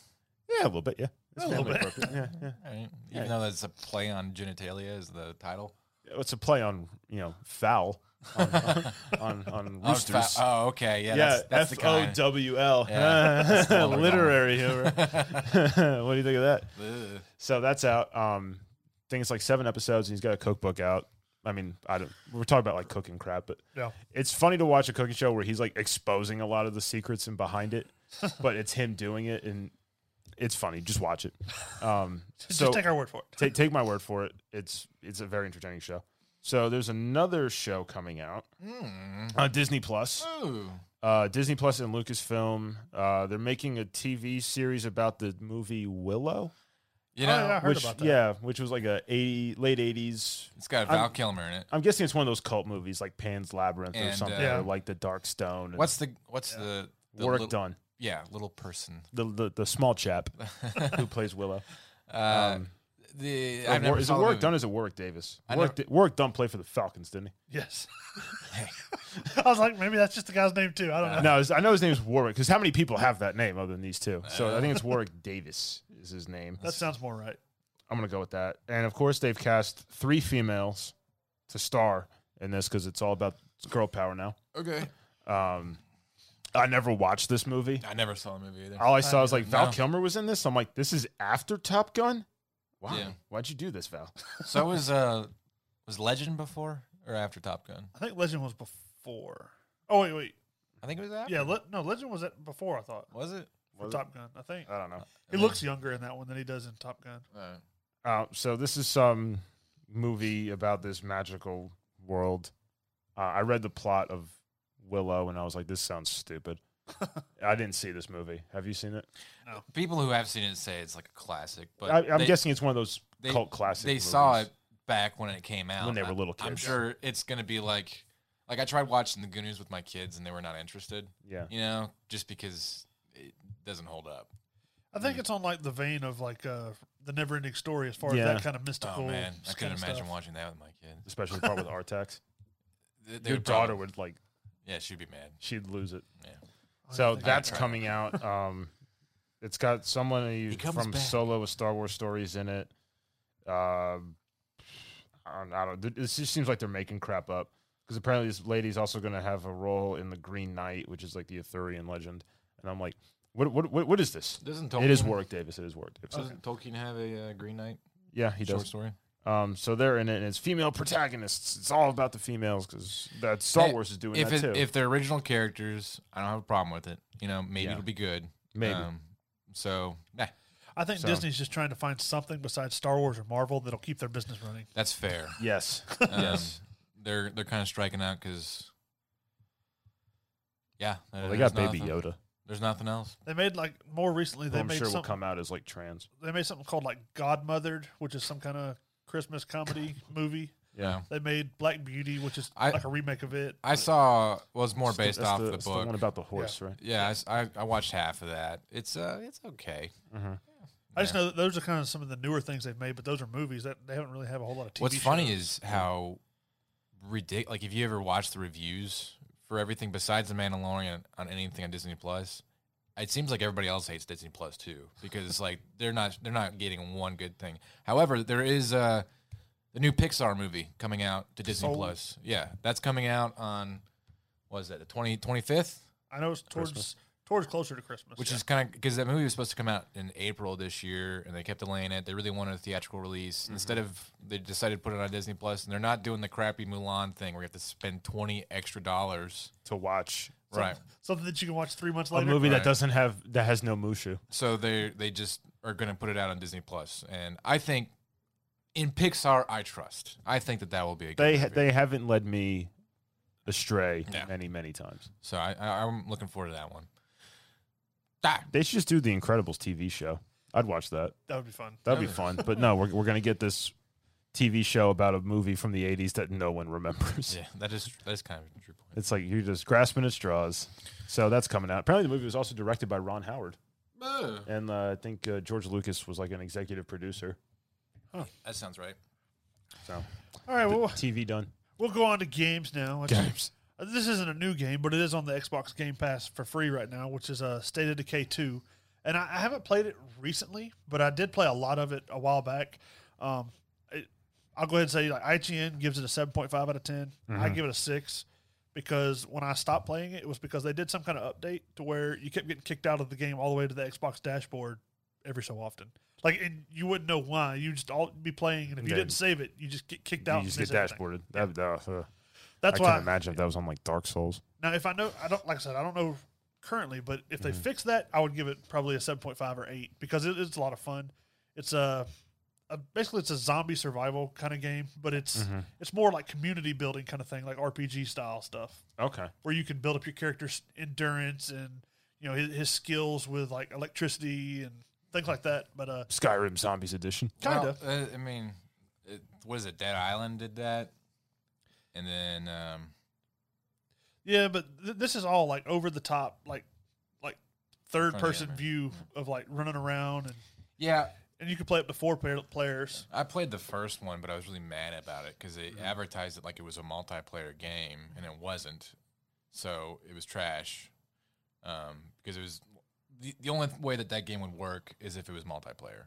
Speaker 1: yeah, a little bit. Yeah, It's
Speaker 2: A little
Speaker 1: family
Speaker 2: bit.
Speaker 1: appropriate, Yeah, yeah.
Speaker 3: All right.
Speaker 1: Yeah.
Speaker 3: Even though that's a play on genitalia is the title.
Speaker 1: It's a play on you know foul on on, on, on
Speaker 3: Oh, it's
Speaker 1: roosters.
Speaker 3: fa- Oh, okay. Yeah,
Speaker 1: yeah,
Speaker 3: that's, that's the
Speaker 1: F O
Speaker 3: kind.
Speaker 1: W L.
Speaker 3: Yeah, that's the one we're
Speaker 1: Literary humor. what do you think of that?
Speaker 3: Ugh.
Speaker 1: So that's out. Um, I think it's like seven episodes, and he's got a cookbook out. I mean, I don't. We're talking about like cooking crap, but
Speaker 2: Yeah.
Speaker 1: it's funny to watch a cooking show where he's like exposing a lot of the secrets and behind it, but it's him doing it, and it's funny. Just watch it. Um, so
Speaker 2: Just take our word for it.
Speaker 1: take take my word for it. It's it's a very entertaining show. So there's another show coming out
Speaker 3: Mm.
Speaker 1: on Disney Plus.
Speaker 3: Ooh.
Speaker 1: Uh, Disney Plus and Lucasfilm. Uh, they're making a TV series about the movie Willow,
Speaker 3: You know,
Speaker 2: oh, yeah, I heard
Speaker 1: which
Speaker 2: about that.
Speaker 1: yeah, which was like a 80, late eighties.
Speaker 3: it's got Val Kilmer in it.
Speaker 1: I'm guessing it's one of those cult movies like Pan's Labyrinth or
Speaker 3: And,
Speaker 1: something,
Speaker 3: uh,
Speaker 2: Yeah.
Speaker 1: or like The Dark Stone. and
Speaker 3: What's the what's the, the
Speaker 1: work
Speaker 3: little,
Speaker 1: done?
Speaker 3: Yeah, little person.
Speaker 1: The, the the small chap who plays Willow.
Speaker 3: Uh, the I've
Speaker 1: Or
Speaker 3: never
Speaker 1: Um, is it
Speaker 3: saw the
Speaker 1: Warwick
Speaker 3: movie.
Speaker 1: Dunn? or Is it Warwick Davis?
Speaker 3: I
Speaker 1: Warwick,
Speaker 3: never-
Speaker 1: Di- Warwick Dunn played for the Falcons, didn't he?
Speaker 2: Yes. I was like, maybe that's just the guy's name too. I don't know.
Speaker 1: No, his- I know his name is Warwick because how many people have that name other than these two? So I think it's Warwick Davis is his name.
Speaker 2: That sounds more right.
Speaker 1: I'm gonna go with that. And of course, they've cast three females to star in this because it's all about girl power now.
Speaker 3: Okay,
Speaker 1: Um, I never watched this movie.
Speaker 3: I never saw the movie either.
Speaker 1: All I saw was like Val
Speaker 3: No.
Speaker 1: Kilmer was in this. I'm like, this is after Top Gun. Wow,
Speaker 3: Yeah.
Speaker 1: why'd you do this, Val?
Speaker 3: So was uh was Legend before or after Top Gun?
Speaker 2: I think Legend was before. Oh wait, wait.
Speaker 3: I think it was after.
Speaker 2: Yeah, le- no, Legend was at before. I thought
Speaker 3: Was it?
Speaker 2: for
Speaker 1: Was it? Uh,
Speaker 2: Top Gun. I think
Speaker 1: I don't know.
Speaker 2: he looks younger in that one than he does in Top Gun.
Speaker 3: Uh,
Speaker 1: Uh, so this is some movie about this magical world. Uh, I read the plot of Willow and I was like, this sounds stupid. I didn't see this movie. Have you seen it?
Speaker 3: people who have seen it say it's like a classic, but
Speaker 1: I, I'm
Speaker 3: they-
Speaker 1: guessing it's one of those
Speaker 3: they-
Speaker 1: cult classics.
Speaker 3: they saw it back when it came out
Speaker 1: When they were
Speaker 3: I-
Speaker 1: little
Speaker 3: I'm
Speaker 1: kids.
Speaker 3: sure it's gonna be like like I tried watching the Goonies with my kids and they were not interested.
Speaker 1: Yeah.
Speaker 3: You know, just because it doesn't hold up.
Speaker 2: I think it's on like the vein of like uh, the never ending story as far
Speaker 1: Yeah.
Speaker 2: as that kind of mystical.
Speaker 3: Oh man, I
Speaker 2: s-
Speaker 3: couldn't
Speaker 2: kind of
Speaker 3: imagine
Speaker 2: stuff.
Speaker 3: watching that with my kids.
Speaker 1: Especially the part with Artax.
Speaker 3: Th- they
Speaker 1: Your
Speaker 3: would
Speaker 1: daughter
Speaker 3: probably-
Speaker 1: would like
Speaker 3: yeah, she'd be mad.
Speaker 1: she'd lose it.
Speaker 3: Yeah.
Speaker 2: Oh, I
Speaker 1: So
Speaker 2: think-
Speaker 1: that's
Speaker 3: tried.
Speaker 1: coming out. Um, it's got someone who-
Speaker 3: He comes
Speaker 1: from
Speaker 3: back.
Speaker 1: Solo with Star Wars stories in it. Um, I don't, I don't. th- This just seems like they're making crap up because apparently this lady's also going to have a role in the Green Knight, which is like the Arthurian legend. And I'm like, what? What? What, what is this?
Speaker 3: Doesn't
Speaker 1: It is Warwick Davis. It is Warwick Davis.
Speaker 3: Doesn't Tolkien have a uh, Green Knight
Speaker 1: Yeah, he
Speaker 3: short
Speaker 1: does.
Speaker 3: story?
Speaker 1: Um, so they're in it, and it's female protagonists. It's all about the females because that Star
Speaker 3: Hey,
Speaker 1: Wars is doing
Speaker 3: If
Speaker 1: that
Speaker 3: it,
Speaker 1: too.
Speaker 3: if they're original characters, I don't have a problem with it. You know, maybe
Speaker 1: Yeah.
Speaker 3: it'll be good. Um,
Speaker 1: Maybe.
Speaker 3: so nah,
Speaker 2: I think
Speaker 1: so-
Speaker 2: Disney's just trying to find something besides Star Wars or Marvel that'll keep their business running.
Speaker 3: that's fair.
Speaker 1: yes,
Speaker 3: Um,
Speaker 1: yes.
Speaker 3: they're they're kind of striking out because yeah,
Speaker 1: Well,
Speaker 3: there-
Speaker 1: they got
Speaker 3: there's
Speaker 1: Baby
Speaker 3: nothing-
Speaker 1: Yoda,
Speaker 3: There's nothing else.
Speaker 2: They made like more recently.
Speaker 1: who
Speaker 2: They
Speaker 1: I'm
Speaker 2: made
Speaker 1: sure will
Speaker 2: some,
Speaker 1: come out as like trans.
Speaker 2: They made something called like Godmothered, which is some kind of Christmas comedy movie.
Speaker 1: Yeah.
Speaker 2: They made Black Beauty, which is
Speaker 3: I-
Speaker 2: like a remake of it.
Speaker 3: I saw was more
Speaker 1: It's the-
Speaker 3: based
Speaker 1: that's
Speaker 3: off
Speaker 1: the,
Speaker 3: the,
Speaker 1: it's
Speaker 3: book.
Speaker 1: one about the horse, right?
Speaker 3: yeah, I s- I, I watched half of that. It's uh it's okay.
Speaker 1: Mm-hmm. Uh-huh.
Speaker 2: I just know that those are kind of some of the newer things they've made, but those are movies that they haven't really have a whole lot of. TV
Speaker 3: What's funny
Speaker 2: shows.
Speaker 3: is how ridiculous. Like, if you ever watch the reviews for everything besides The Mandalorian on anything on Disney Plus, it seems like everybody else hates Disney Plus too because like they're not they're not getting one good thing. However, there is uh, the new Pixar movie coming out to Disney
Speaker 2: Soul.
Speaker 3: Plus. Yeah, that's coming out on what is that the 20, 25th?
Speaker 2: I know it's towards towards closer to Christmas,
Speaker 3: which
Speaker 2: yeah.
Speaker 3: is kind of because that movie was supposed to come out in April this year, and they kept delaying it. They really wanted a theatrical release
Speaker 1: Mm-hmm.
Speaker 3: instead of they decided to put it on Disney Plus, and they're not doing the crappy Mulan thing where you have to spend twenty extra dollars.
Speaker 1: To watch
Speaker 3: Right.
Speaker 2: something that you can watch three months
Speaker 1: a
Speaker 2: later.
Speaker 1: movie that
Speaker 3: Right.
Speaker 1: doesn't have that has no Mushu.
Speaker 3: So they they just are going to put it out on Disney Plus, and I think in Pixar I trust. I think that that will be a good
Speaker 1: They ha-
Speaker 3: movie.
Speaker 1: they haven't led me astray
Speaker 3: Yeah.
Speaker 1: many many times.
Speaker 3: so I, I I'm looking forward to that one. Ah,
Speaker 1: They should just do the Incredibles TV show. I'd watch that.
Speaker 2: that would be fun.
Speaker 1: That'd be fun. But no, we're we're gonna get this TV show about a movie from the '80s that no one remembers.
Speaker 3: yeah, that is that is kind of a true point.
Speaker 1: It's like you're just grasping at straws. So that's coming out. Apparently, the movie was also directed by Ron Howard, and uh, I think uh, George Lucas was like an executive producer.
Speaker 3: That sounds right.
Speaker 1: So
Speaker 2: All right, well,
Speaker 1: TV done.
Speaker 2: we'll go on to games now. Let's-
Speaker 3: Games.
Speaker 2: Uh, This isn't a new game, but it is on the Xbox Game Pass for free right now, which is uh, State of Decay 2. And I, I haven't played it recently, but I did play a lot of it a while back. Um, it, I'll go ahead and say like IGN gives it a 7.5 out of 10. I
Speaker 1: Mm-hmm.
Speaker 2: give it a 6 because when I stopped playing it, it was because they did some kind of update to where you kept getting kicked out of the game all the way to the Xbox dashboard every so often. Like, and you wouldn't know why. You just all be playing, and if you
Speaker 1: Yeah.
Speaker 2: didn't save it, you just get kicked out.
Speaker 1: You
Speaker 2: and
Speaker 1: just
Speaker 2: miss
Speaker 1: get
Speaker 2: everything.
Speaker 1: dashboarded. That, that, uh,
Speaker 2: That's
Speaker 1: I
Speaker 2: why
Speaker 1: can't imagine if that was on like Dark Souls.
Speaker 2: now, if I know, I don't like I said, I don't know currently, but if they fix that, I would give it probably a seven point five or eight because it, it's a lot of fun. It's a, a basically it's a zombie survival kind of game, but it's it's more like community building kind of thing, like RPG style stuff,
Speaker 1: Okay.
Speaker 2: where you can build up your character's endurance and you know his, his skills with like electricity and things like that. But uh,
Speaker 1: Skyrim Zombies Edition.
Speaker 2: kind
Speaker 3: Well,
Speaker 2: of
Speaker 3: uh, I mean, it, what is it? Dead Island did that, and then um,
Speaker 2: yeah, but th- this is all like over the top, like like third person
Speaker 3: camera.
Speaker 2: view of like running around and.
Speaker 3: yeah,
Speaker 2: And you can play up to four pa- players.
Speaker 3: I played the first one, but I was really mad about it because they advertised it like it was a multiplayer game, and it wasn't. So it was trash. Um, because it was the, the only way that that game would work is if it was multiplayer.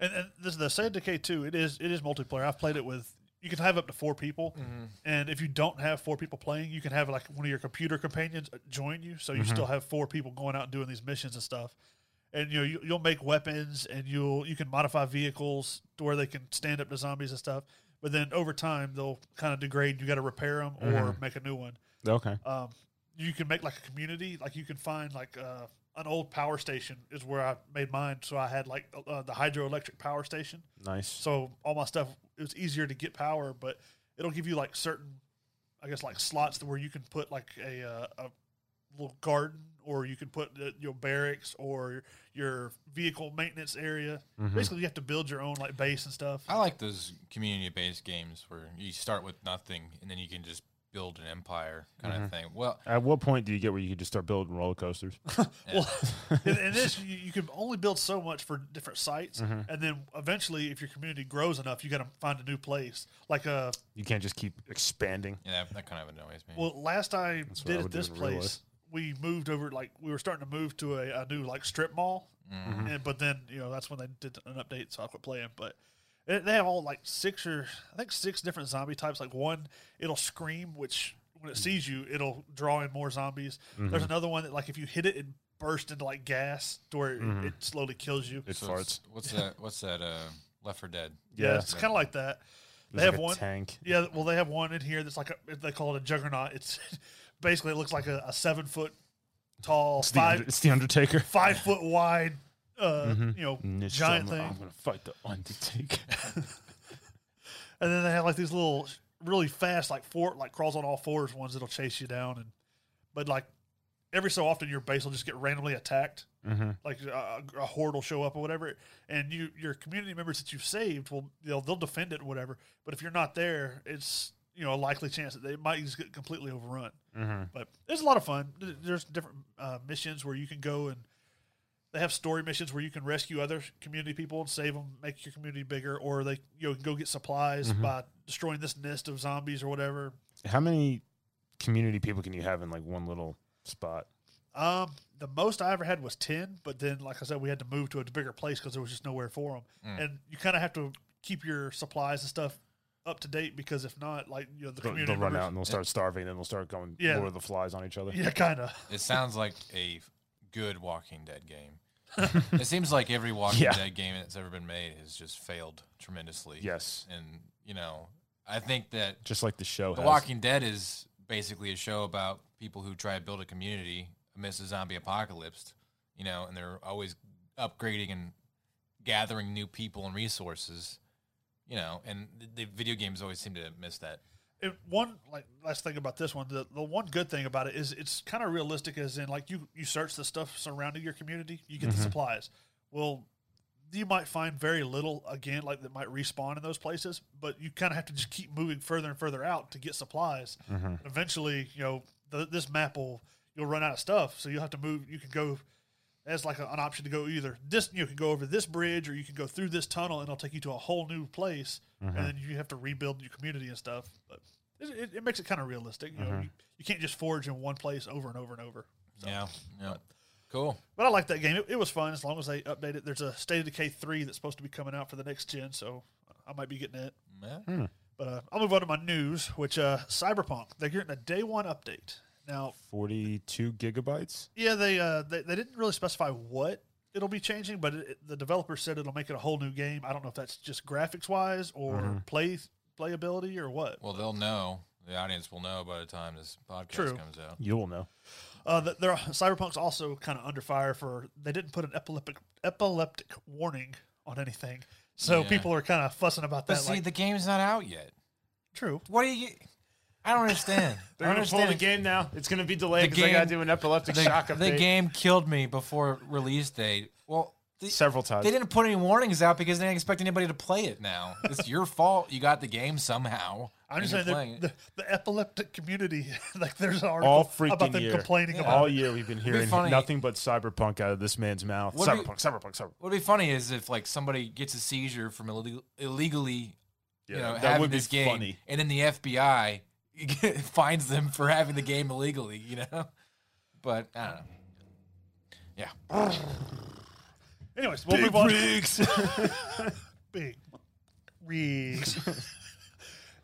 Speaker 2: And, and this is the State of Decay 2. It is it is multiplayer. I've played it with you can have up to four people,
Speaker 3: Mm.
Speaker 2: and if you don't have four people playing, you can have like one of your computer companions uh, join you, so you still have four people going out and doing these missions and stuff. And you know you, you'll make weapons, and you'll you can modify vehicles to where they can stand up to zombies and stuff. But then over time they'll kind of degrade. You got to repair them or make a new one
Speaker 1: Okay.
Speaker 2: um, you can make like a community. Like you can find like uh, an old power station is where I made mine. So I had like uh, the hydroelectric power station.
Speaker 1: Nice.
Speaker 2: So all my stuff it was easier to get power, but it'll give you like certain, I guess like slots where you can put like a uh, a little garden, or you can put uh, your barracks or your vehicle maintenance area. Basically, you have to build your own like base and stuff.
Speaker 3: I like those community-based games where you start with nothing and then you can just build an empire kind of thing. Well,
Speaker 1: At what point do you get where you could just start building roller coasters?
Speaker 2: Well, and, and this you, you can only build so much for different sites, and then eventually, if your community grows enough, you got to find a new place. Like uh,
Speaker 1: You can't just keep expanding.
Speaker 3: yeah, that, that kind of annoys me.
Speaker 2: well, last I
Speaker 1: what I
Speaker 2: did
Speaker 1: would
Speaker 2: at
Speaker 1: do
Speaker 2: this
Speaker 1: in real life.
Speaker 2: place, we moved over. Like we were starting to move to a, a new like strip mall,
Speaker 1: Mm-hmm.
Speaker 2: and but then you know that's when they did an update, so I quit playing. But it, they have all like six or I think six different zombie types. Like one, it'll scream, which when it sees you, it'll draw in more zombies.
Speaker 1: Mm-hmm.
Speaker 2: There's another one that like if you hit it, it bursts into like gas, to where it-
Speaker 1: Mm-hmm.
Speaker 2: it slowly kills you.
Speaker 1: It
Speaker 3: So
Speaker 1: farts.
Speaker 3: it's- What's that? What's that? Uh, Left for Dead.
Speaker 2: Yeah, it's kind of like that. They
Speaker 1: There's
Speaker 2: have
Speaker 1: like a
Speaker 2: one.
Speaker 1: tank.
Speaker 2: Yeah, well, they have one in here that's like a, they call it a juggernaut. It's basically it looks like a, a seven foot tall,
Speaker 1: It's the,
Speaker 2: five
Speaker 1: Under- it's the Undertaker.
Speaker 2: five foot wide, uh,
Speaker 1: Mm-hmm.
Speaker 2: you know,
Speaker 1: This
Speaker 2: giant
Speaker 1: summer,
Speaker 2: thing.
Speaker 1: I'm gonna fight the Undertaker.
Speaker 2: And then they have like these little really fast, like four, like crawls on all fours ones that'll chase you down. And but like every so often, your base will just get randomly attacked.
Speaker 1: Mm-hmm.
Speaker 2: Like a, a horde will show up or whatever, and you your community members that you've saved will they'll they'll defend it or whatever. But if you're not there, it's you know a likely chance that they might just get completely overrun.
Speaker 1: Mm-hmm.
Speaker 2: But it's a lot of fun. Th- There's different uh, missions where you can go and they have story missions where you can rescue other community people and save them, make your community bigger, or they you know, can go get supplies
Speaker 1: Mm-hmm.
Speaker 2: by destroying this nest of zombies or whatever.
Speaker 1: How many community people can you have in like one little spot?
Speaker 2: Um, the most I ever had was ten, but then like I said, we had to move to a bigger place because there was just nowhere for them,
Speaker 1: Mm.
Speaker 2: and you kind of have to keep your supplies and stuff up to date because if not, like you know, the
Speaker 1: They'll,
Speaker 2: community
Speaker 1: they'll run
Speaker 2: members-
Speaker 1: out and they'll start starving, and then they'll start going
Speaker 2: Yeah.
Speaker 1: Lord of the Flies on each other.
Speaker 2: Yeah, kind of.
Speaker 3: It sounds like a f- good Walking Dead game. it seems like every Walking
Speaker 1: Yeah.
Speaker 3: Dead game that's ever been made has just failed tremendously.
Speaker 1: Yes,
Speaker 3: And, you know, I think that
Speaker 1: just like the show.
Speaker 3: The
Speaker 1: has.
Speaker 3: Walking Dead is basically a show about people who try to build a community amidst a zombie apocalypse, you know, and they're always upgrading and gathering new people and resources, you know, and the, the video games always seem to miss that.
Speaker 2: it, one like last thing about this one the, the one good thing about it is it's kind of realistic as in like you you search the stuff surrounding your community you get the supplies well you might find very little again like that might respawn in those places but you kind of have to just keep moving further and further out to get supplies And eventually you know the, this map will you'll run out of stuff so you'll have to move you can go as like a- an option to go either this you can go over this bridge or you can go through this tunnel and it'll take you to a whole new place and then you have to rebuild your community and stuff but it, it, it makes it kind of realistic you know you, you can't just forge in one place over and over and over
Speaker 3: Yeah. Yeah. Cool.
Speaker 2: but i like that game it, it was fun as long as they update it there's a state of decay 3 that's supposed to be coming out for the next gen so i might be getting it
Speaker 3: Yeah.
Speaker 2: but uh, i'll move on to my news which uh, cyberpunk they're getting a day one update now
Speaker 1: Forty-two gigabytes.
Speaker 2: Yeah, they uh they, they didn't really specify what it'll be changing, but it, the developer said it'll make it a whole new game. I don't know if that's just graphics wise or play playability or what.
Speaker 3: Well, they'll know. The audience will know by the time this podcast
Speaker 2: True.
Speaker 3: comes out.
Speaker 1: You will know.
Speaker 2: Uh, the, their Cyberpunk's also kind of under fire for they didn't put an epileptic epileptic warning on anything, so
Speaker 3: Yeah.
Speaker 2: people are kind of fussing about
Speaker 3: But
Speaker 2: that.
Speaker 3: see,
Speaker 2: like,
Speaker 3: the game's not out yet.
Speaker 2: true.
Speaker 3: What do you? I don't understand. I
Speaker 1: They're
Speaker 3: don't
Speaker 1: gonna pull the
Speaker 3: understand.
Speaker 1: game now. It's gonna be delayed
Speaker 3: The
Speaker 1: because I gotta
Speaker 3: game-
Speaker 1: do an epileptic shock
Speaker 3: The,
Speaker 1: update
Speaker 3: the game killed me before release date. Well, the,
Speaker 1: several times.
Speaker 3: They didn't put any warnings out because they didn't expect anybody to play it now. It's your fault. You got the game somehow.
Speaker 2: I'm just saying
Speaker 3: and you're
Speaker 2: that
Speaker 3: playing
Speaker 2: the, the epileptic community, like there's an article
Speaker 1: all freaking
Speaker 2: about them
Speaker 1: year.
Speaker 2: complaining
Speaker 3: Yeah.
Speaker 2: about
Speaker 1: all year we've been hearing
Speaker 3: funny.
Speaker 1: nothing but cyberpunk out of this man's mouth.
Speaker 3: What do you-
Speaker 1: cyberpunk, cyberpunk, cyberpunk.
Speaker 3: What would be funny is if like somebody gets a seizure from illegal, illegally you know, having this game, and then the FBI finds them for having the game illegally, you know? But I don't know. Yeah.
Speaker 2: Anyways, we'll move on.
Speaker 1: rigs.
Speaker 2: big rigs.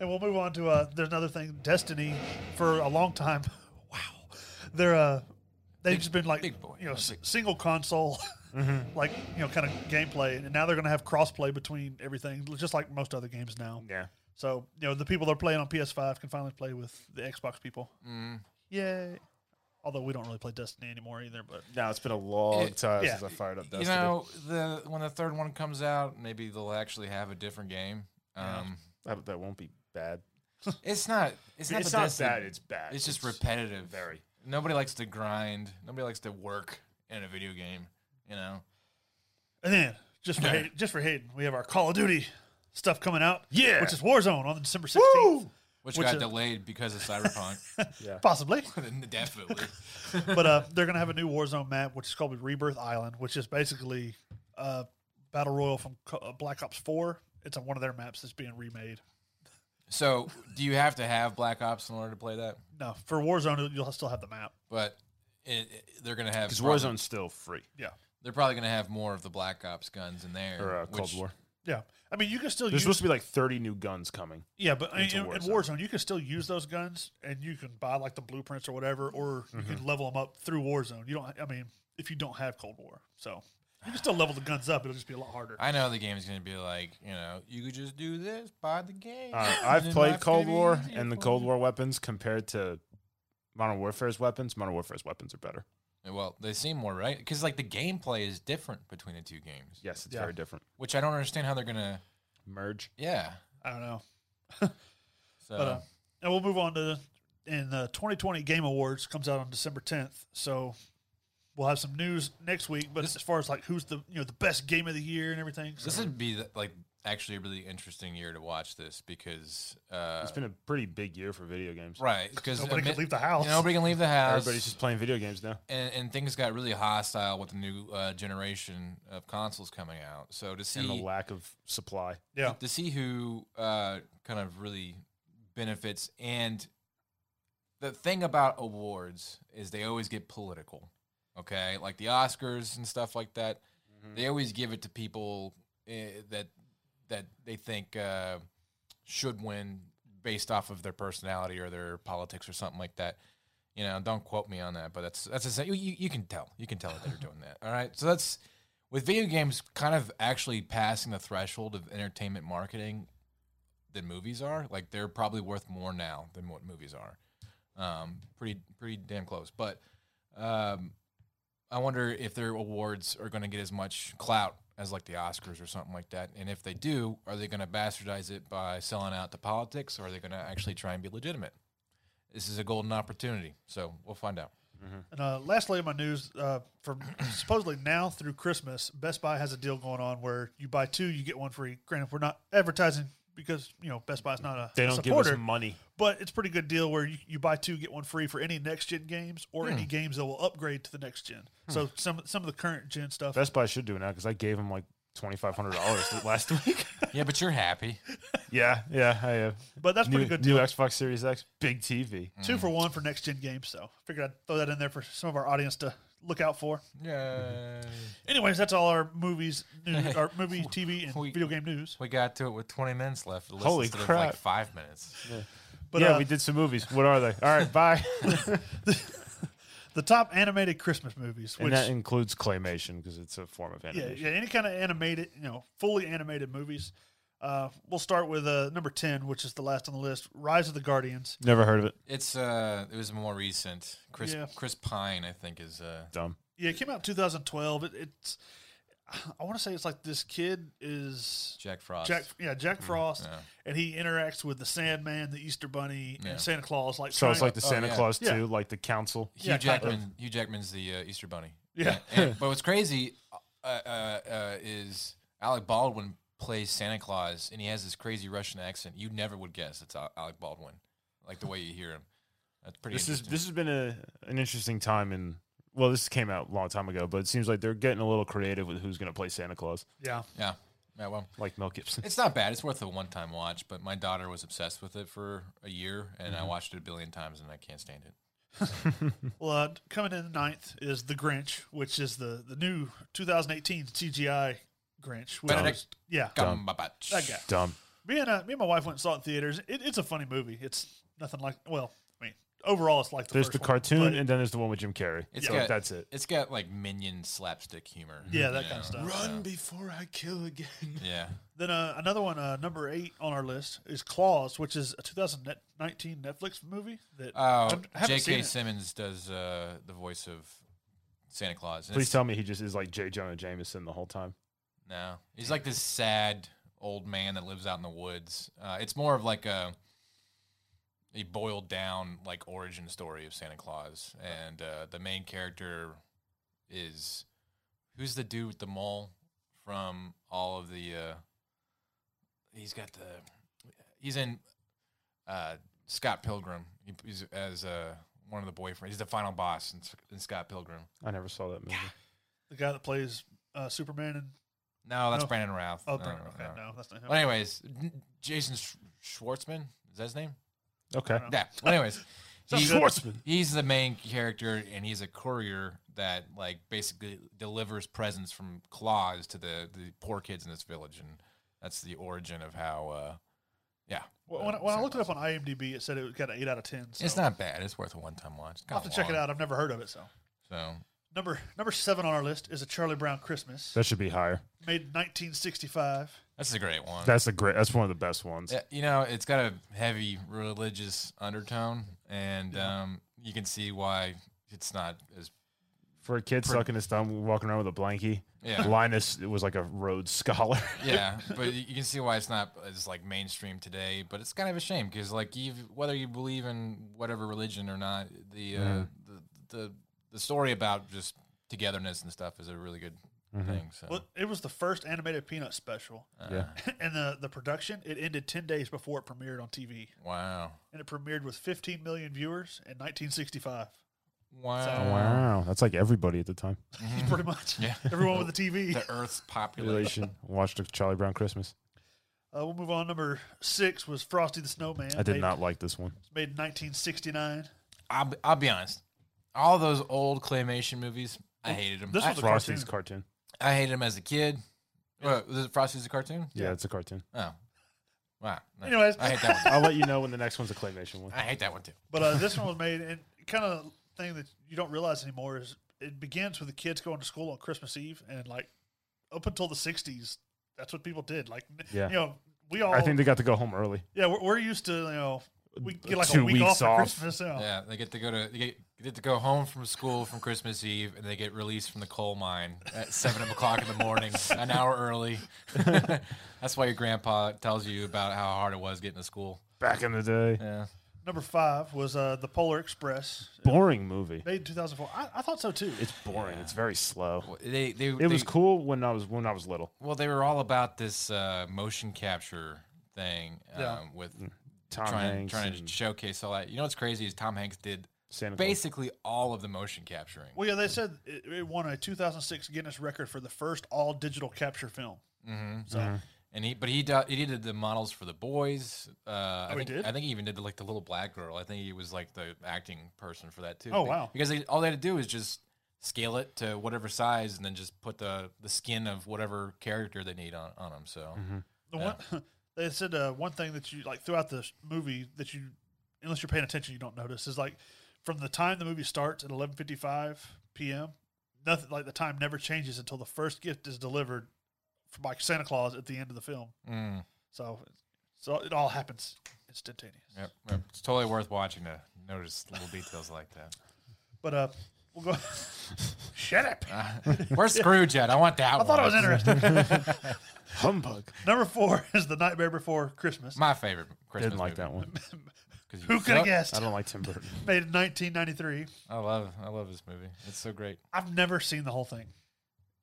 Speaker 2: and we'll move on to uh, there's another thing, Destiny, for a long time. Wow, they're uh, they've just been like
Speaker 3: big Mm-hmm. boy.
Speaker 2: you know s- single console, like you know kind of gameplay, and now they're gonna have crossplay between everything, just like most other games now.
Speaker 1: yeah.
Speaker 2: So you know the people that are playing on PS5 can finally play with the Xbox people.
Speaker 3: Mm.
Speaker 2: Yay! Although we don't really play Destiny anymore either, but
Speaker 1: Now it's been a long
Speaker 3: It-
Speaker 1: time
Speaker 2: yeah.
Speaker 1: since I fired up Destiny.
Speaker 3: You know, the when the third one comes out, maybe they'll actually have a different game. Um,
Speaker 1: that, that won't be bad.
Speaker 3: It's not. It's not.
Speaker 1: It's
Speaker 3: the
Speaker 1: not
Speaker 3: best thing.
Speaker 1: bad. It's bad.
Speaker 3: It's just repetitive.
Speaker 1: very.
Speaker 3: Nobody likes to grind. Nobody likes to work in a video game. You know.
Speaker 2: And then, just for
Speaker 3: Yeah.
Speaker 2: Hay- just for Hayden, we have our Call of Duty stuff coming out.
Speaker 1: Yeah.
Speaker 2: which is Warzone on December sixteenth,
Speaker 3: Which,
Speaker 2: Which,
Speaker 3: got
Speaker 2: uh,
Speaker 3: delayed because of Cyberpunk.
Speaker 2: possibly.
Speaker 3: Definitely.
Speaker 2: but uh, they're gonna have a new Warzone map, which is called Rebirth Island, which is basically uh, battle royal from Co- uh, Black Ops Four. It's on one of their maps that's being remade.
Speaker 3: So, do you have to have Black Ops in order to play that?
Speaker 2: No, for Warzone, you'll still have the map.
Speaker 3: But it, it- they're gonna have.
Speaker 1: Because
Speaker 3: probably-
Speaker 1: Warzone's still free.
Speaker 2: Yeah,
Speaker 3: They're probably gonna have more of the Black Ops guns in there.
Speaker 1: Or uh, Cold
Speaker 3: which-
Speaker 1: War.
Speaker 2: yeah. I mean, you can still
Speaker 1: There's supposed
Speaker 2: use
Speaker 1: to be like 30 new guns coming.
Speaker 2: yeah, but I mean,
Speaker 1: into
Speaker 2: in, in
Speaker 1: Warzone.
Speaker 2: Warzone, you can still use those guns, and you can buy like the blueprints or whatever, or you
Speaker 1: Mm-hmm.
Speaker 2: can level them up through Warzone. You don't. I mean, if you don't have Cold War, so. You can still level the guns up. It'll just be a lot harder.
Speaker 3: I know the game's gonna be like, you know, you could just do this, buy the game.
Speaker 1: Uh,
Speaker 3: and
Speaker 1: I've
Speaker 3: then
Speaker 1: played
Speaker 3: life's gonna
Speaker 1: Cold
Speaker 3: be
Speaker 1: War
Speaker 3: easier
Speaker 1: and the
Speaker 3: for
Speaker 1: Cold
Speaker 3: you.
Speaker 1: War weapons compared to Modern Warfare's weapons. Modern Warfare's weapons are better.
Speaker 3: Well, they seem more right because like the gameplay is different between the two games,
Speaker 1: Yes, it's
Speaker 2: Yeah.
Speaker 1: very different.
Speaker 3: which I don't understand how they're gonna.
Speaker 1: Merge.
Speaker 3: Yeah,
Speaker 2: I don't know.
Speaker 3: So
Speaker 2: But, uh, and we'll move on to the, and the 2020 Game Awards comes out on December 10th. So we'll have some news next week. But as far as like who's the you know the best game of the year and everything, so
Speaker 3: this would be the- like actually a really interesting year to watch this because uh,
Speaker 1: It's been a pretty big year for video games.
Speaker 3: right because
Speaker 2: nobody can leave the house.
Speaker 3: nobody can leave the house.
Speaker 1: Everybody's just playing video games now.
Speaker 3: and, and things got really hostile with the new uh, generation of consoles coming out. So to see
Speaker 1: and the lack of supply.
Speaker 2: yeah,
Speaker 3: to see who uh, kind of really benefits and the thing about awards is they always get political okay like the oscars and stuff like that
Speaker 1: Mm-hmm.
Speaker 3: they always give it to people uh, that that they think uh, should win based off of their personality or their politics or something like that you know don't quote me on that but that's that's the same. You, you, you can tell you can tell that they're doing that all right so that's with video games kind of actually passing the threshold of entertainment marketing than movies are like they're probably worth more now than what movies are um, pretty pretty damn close but um, i wonder if their awards are going to get as much clout as like the oscars or something like that and if they do are they going to bastardize it by selling out to politics or are they going to actually try and be legitimate this is a golden opportunity so we'll find out
Speaker 2: And uh, lastly, in my news, uh, from supposedly now through Christmas, Best Buy has a deal going on where you buy two, you get one free. Granted, we're not advertising because you know Best Buy's not a
Speaker 1: They don't
Speaker 2: supporter,
Speaker 1: give us money.
Speaker 2: but it's a pretty good deal where you, you buy two, get one free for any next gen games or
Speaker 1: Hmm.
Speaker 2: any games that will upgrade to the next gen. So some some of the current gen stuff.
Speaker 1: Best Buy should do it now because I gave them like twenty five hundred dollars last week.
Speaker 3: yeah but you're happy
Speaker 1: yeah, yeah, I have.
Speaker 2: but that's pretty
Speaker 1: New,
Speaker 2: good
Speaker 1: new
Speaker 2: deal.
Speaker 1: Xbox Series X, big TV.
Speaker 2: Two for one for next gen games. So figured I'd throw that in there for some of our audience to look out for.
Speaker 3: yeah
Speaker 2: Anyways, that's all our movies, news, our movie, TV, and
Speaker 3: We-
Speaker 2: video game news.
Speaker 3: We got to it with 20 minutes left. Let's
Speaker 1: Holy
Speaker 3: instead of,
Speaker 1: crap.
Speaker 3: like five minutes.
Speaker 2: But
Speaker 1: yeah,
Speaker 2: uh,
Speaker 1: we did some movies. What are they? All right, bye.
Speaker 2: the top animated Christmas movies, which
Speaker 1: and that includes claymation because it's a form of
Speaker 2: yeah,
Speaker 1: animation.
Speaker 2: yeah, any kind of animated, you know, fully animated movies. Uh, we'll start with uh, number ten, which is the last on the list, Rise of the Guardians.
Speaker 1: Never heard of it.
Speaker 3: It's uh, it was more recent. Chris
Speaker 2: Yeah.
Speaker 3: Chris Pine, I think, is uh,
Speaker 1: Dumb.
Speaker 2: Yeah, it came out in 2012. It, it's I want to say it's like this kid is
Speaker 3: Jack Frost.
Speaker 2: Jack, yeah, Jack Frost,
Speaker 3: yeah.
Speaker 2: and he interacts with the Sandman, the Easter Bunny,
Speaker 3: Yeah.
Speaker 2: and Santa Claus. Like
Speaker 1: So it's
Speaker 2: trying-
Speaker 1: like the Santa
Speaker 3: yeah.
Speaker 1: Claus
Speaker 2: Yeah.
Speaker 1: too, like the council.
Speaker 3: Hugh
Speaker 2: yeah, kind of.
Speaker 3: Jackman. Hugh Jackman's the uh, Easter Bunny.
Speaker 2: Yeah.
Speaker 3: And- but what's crazy uh, uh, uh, is Alec Baldwin plays Santa Claus, and he has this crazy Russian accent. You never would guess it's Al- Alec Baldwin, like the way you hear him. That's pretty.
Speaker 1: This is
Speaker 3: interesting.
Speaker 1: this has been a an interesting time in. Well, this came out a long time ago, but it seems like they're getting a little creative with who's going to play Santa Claus,
Speaker 2: uh, yeah,
Speaker 3: yeah. Yeah. Well,
Speaker 1: like Mel Gibson.
Speaker 3: it's not bad. It's worth a one-time watch. But my daughter was obsessed with it for a year, and
Speaker 2: Mm-hmm.
Speaker 3: I watched it a billion times, and I can't stand it.
Speaker 2: Well, uh, coming in ninth is The Grinch, which is the the new 2018 CGI Grinch. Which
Speaker 3: Benedict-
Speaker 2: is- yeah,
Speaker 1: Dumb.
Speaker 3: Cumberbatch.
Speaker 2: that guy.
Speaker 1: Dumb.
Speaker 2: Me and uh, me and my wife went and saw it in theaters. It, it's a funny movie. It's nothing like well, I mean, overall it's like the
Speaker 1: There's
Speaker 2: first
Speaker 1: the
Speaker 2: one,
Speaker 1: cartoon,
Speaker 2: but-
Speaker 1: and then there's the one with Jim Carrey.
Speaker 3: It's
Speaker 1: so
Speaker 3: got-
Speaker 1: that's it.
Speaker 3: It's got like minion slapstick humor.
Speaker 2: Yeah, that
Speaker 3: you
Speaker 2: kind of
Speaker 3: know?
Speaker 2: stuff.
Speaker 4: Run before I kill again.
Speaker 3: Yeah.
Speaker 2: Then uh, another one, uh, number eight on our list is Claws, which is a 2019 Netflix movie that
Speaker 3: Oh,
Speaker 2: I'm- I haven't seen
Speaker 3: J.K.
Speaker 2: it.
Speaker 3: Simmons does uh, the voice of Santa Claus. and
Speaker 1: Please
Speaker 3: it's-
Speaker 1: tell me he just is like J. Jonah Jameson the whole time.
Speaker 3: No, he's like this sad old man that lives out in the woods. Uh, it's more of like a a boiled down like origin story of Santa Claus, and uh, the main character is who's the dude with the mole from all of the. Uh, he's got the. He's in uh, Scott Pilgrim. He, he's as uh, one of the boyfriends. He's the final boss in, S- in Scott Pilgrim.
Speaker 1: I never saw that movie.
Speaker 2: the guy that plays uh, Superman and
Speaker 3: No, that's
Speaker 2: No.
Speaker 3: Brandon Routh.
Speaker 2: oh,
Speaker 3: No,
Speaker 2: Brandon,
Speaker 3: no,
Speaker 2: okay,
Speaker 3: no.
Speaker 2: no. that's not him.
Speaker 3: Well, anyways, n- Jason Sch- Schwartzman is that his name?
Speaker 1: Okay.
Speaker 2: don't
Speaker 3: Yeah. Well, anyways, he-
Speaker 1: Schwartzman.
Speaker 3: He's the main character, and he's a courier that like basically delivers presents from Claus to the the poor kids in this village, and that's the origin of how. Uh, yeah.
Speaker 2: Well, when I, when I looked it up on IMDb, it said it got an eight out of ten. So
Speaker 3: it's not bad. It's worth a one time watch. It's
Speaker 2: I'll have to
Speaker 3: kinda
Speaker 2: check it
Speaker 3: long,
Speaker 2: out. I've never heard of it. So
Speaker 3: So
Speaker 2: number number seven on our list is a Charlie Brown Christmas,
Speaker 1: That should be higher.
Speaker 2: made 1965.
Speaker 3: that's a great one.
Speaker 1: That's a great. That's one of the best ones.
Speaker 3: Yeah, you know, it's got a heavy religious undertone, and um, you can see why it's not as
Speaker 1: for a kid sucking his thumb walking around with a blankie.
Speaker 3: Yeah.
Speaker 1: Linus was like a Rhodes scholar.
Speaker 3: yeah, but you you can see why it's not as like mainstream today. But it's kind of a shame because like you whether you believe in whatever religion or not, the, uh, the the the story about just togetherness and stuff is a really good thing. So
Speaker 2: Well, it was the first animated Peanuts special,
Speaker 3: Uh.
Speaker 1: yeah.
Speaker 2: and the the production it ended ten days before it premiered on TV,
Speaker 3: wow,
Speaker 2: and it premiered with 15 million viewers in 1965.
Speaker 3: wow,
Speaker 1: Wow. That's like everybody at the time.
Speaker 2: Pretty much,
Speaker 3: Yeah.
Speaker 2: Everyone with a TV.
Speaker 3: The Earth's population.
Speaker 1: Relation. Watched a Charlie Brown Christmas.
Speaker 2: Uh, we'll move on. Number six was Frosty the Snowman.
Speaker 1: I did
Speaker 2: made,
Speaker 1: not like this one.
Speaker 2: made in 1969.
Speaker 3: I'll be, I'll be honest. All those old claymation movies, I hated them.
Speaker 2: This
Speaker 3: I,
Speaker 2: was a
Speaker 1: Frosty's
Speaker 2: cartoon.
Speaker 1: cartoon.
Speaker 3: I hated them as a kid. Well, was it Frosty's a cartoon?
Speaker 1: Yeah, it's a cartoon.
Speaker 3: Oh, wow. No.
Speaker 2: Anyways.
Speaker 3: I hate that one. Too.
Speaker 1: I'll let you know when the next one's a claymation one.
Speaker 3: I hate that one too.
Speaker 2: But uh, this one was made, and kind of thing that you don't realize anymore is it begins with the kids going to school on Christmas Eve, and like up until the '60s, that's what people did. Like, n-
Speaker 1: Yeah.
Speaker 2: you know, we all,
Speaker 1: I think they got to go home early.
Speaker 2: yeah, we're, we're used to you know we get like a
Speaker 1: Two
Speaker 2: week
Speaker 1: weeks
Speaker 2: off for
Speaker 1: off.
Speaker 2: Christmas.
Speaker 1: Oh.
Speaker 2: Yeah.
Speaker 3: Yeah, they get to go to they get, they get to go home from school from Christmas Eve, and they get released from the coal mine at seven o'clock in the morning, an hour early. That's why your grandpa tells you about how hard it was getting to school.
Speaker 1: Back in the day.
Speaker 3: Yeah,
Speaker 2: Number five was uh, the Polar Express,
Speaker 1: Boring movie.
Speaker 2: made in 2004. I, I thought so too.
Speaker 1: It's boring. It's very slow.
Speaker 3: Well, they they
Speaker 1: It was cool when I was when I was little.
Speaker 3: Well, they were all about this uh, motion capture thing um,
Speaker 2: Yeah.
Speaker 3: with
Speaker 1: Mm, Tom
Speaker 3: trying
Speaker 1: Hanks
Speaker 3: trying to
Speaker 1: and
Speaker 3: showcase all that. You know what's crazy is Tom Hanks did
Speaker 1: Santa Claus.
Speaker 3: basically all of the motion capturing.
Speaker 2: well, yeah, they said it, it won a 2006 Guinness record for the first all digital capture film.
Speaker 3: hmm
Speaker 2: So
Speaker 3: And he, but he did, he did the models for the boys. Uh, I
Speaker 2: Oh, he
Speaker 3: think,
Speaker 2: did?
Speaker 3: I think he even did like the little black girl. I think he was like the acting person for that too.
Speaker 2: Oh,
Speaker 3: Be-
Speaker 2: wow.
Speaker 3: Because they, all they had to do is just scale it to whatever size, and then just put the the skin of whatever character they need on on them. So
Speaker 1: Mm-hmm.
Speaker 2: The one they said uh, one thing that you like throughout the sh- movie that you, unless you're paying attention, you don't notice is like from the time the movie starts at 11:55 p.m. Nothing like the time never changes until the first gift is delivered from like Santa Claus at the end of the film.
Speaker 3: mm,
Speaker 2: So, so it all happens instantaneous.
Speaker 3: yep, yep. it's totally worth watching to notice little details like that.
Speaker 2: But uh, we'll go. Shut up!
Speaker 3: Where's Scrooge at? I want that.
Speaker 2: I
Speaker 3: one.
Speaker 2: thought it was interesting.
Speaker 1: Humbug.
Speaker 2: Number four is the Nightmare Before Christmas.
Speaker 3: My favorite Christmas
Speaker 1: Didn't like that one.
Speaker 3: that.
Speaker 2: Who could have guessed?
Speaker 1: I don't like Tim Burton.
Speaker 2: Made in 1993.
Speaker 3: I love I love this movie. It's so great.
Speaker 2: I've never seen the whole thing.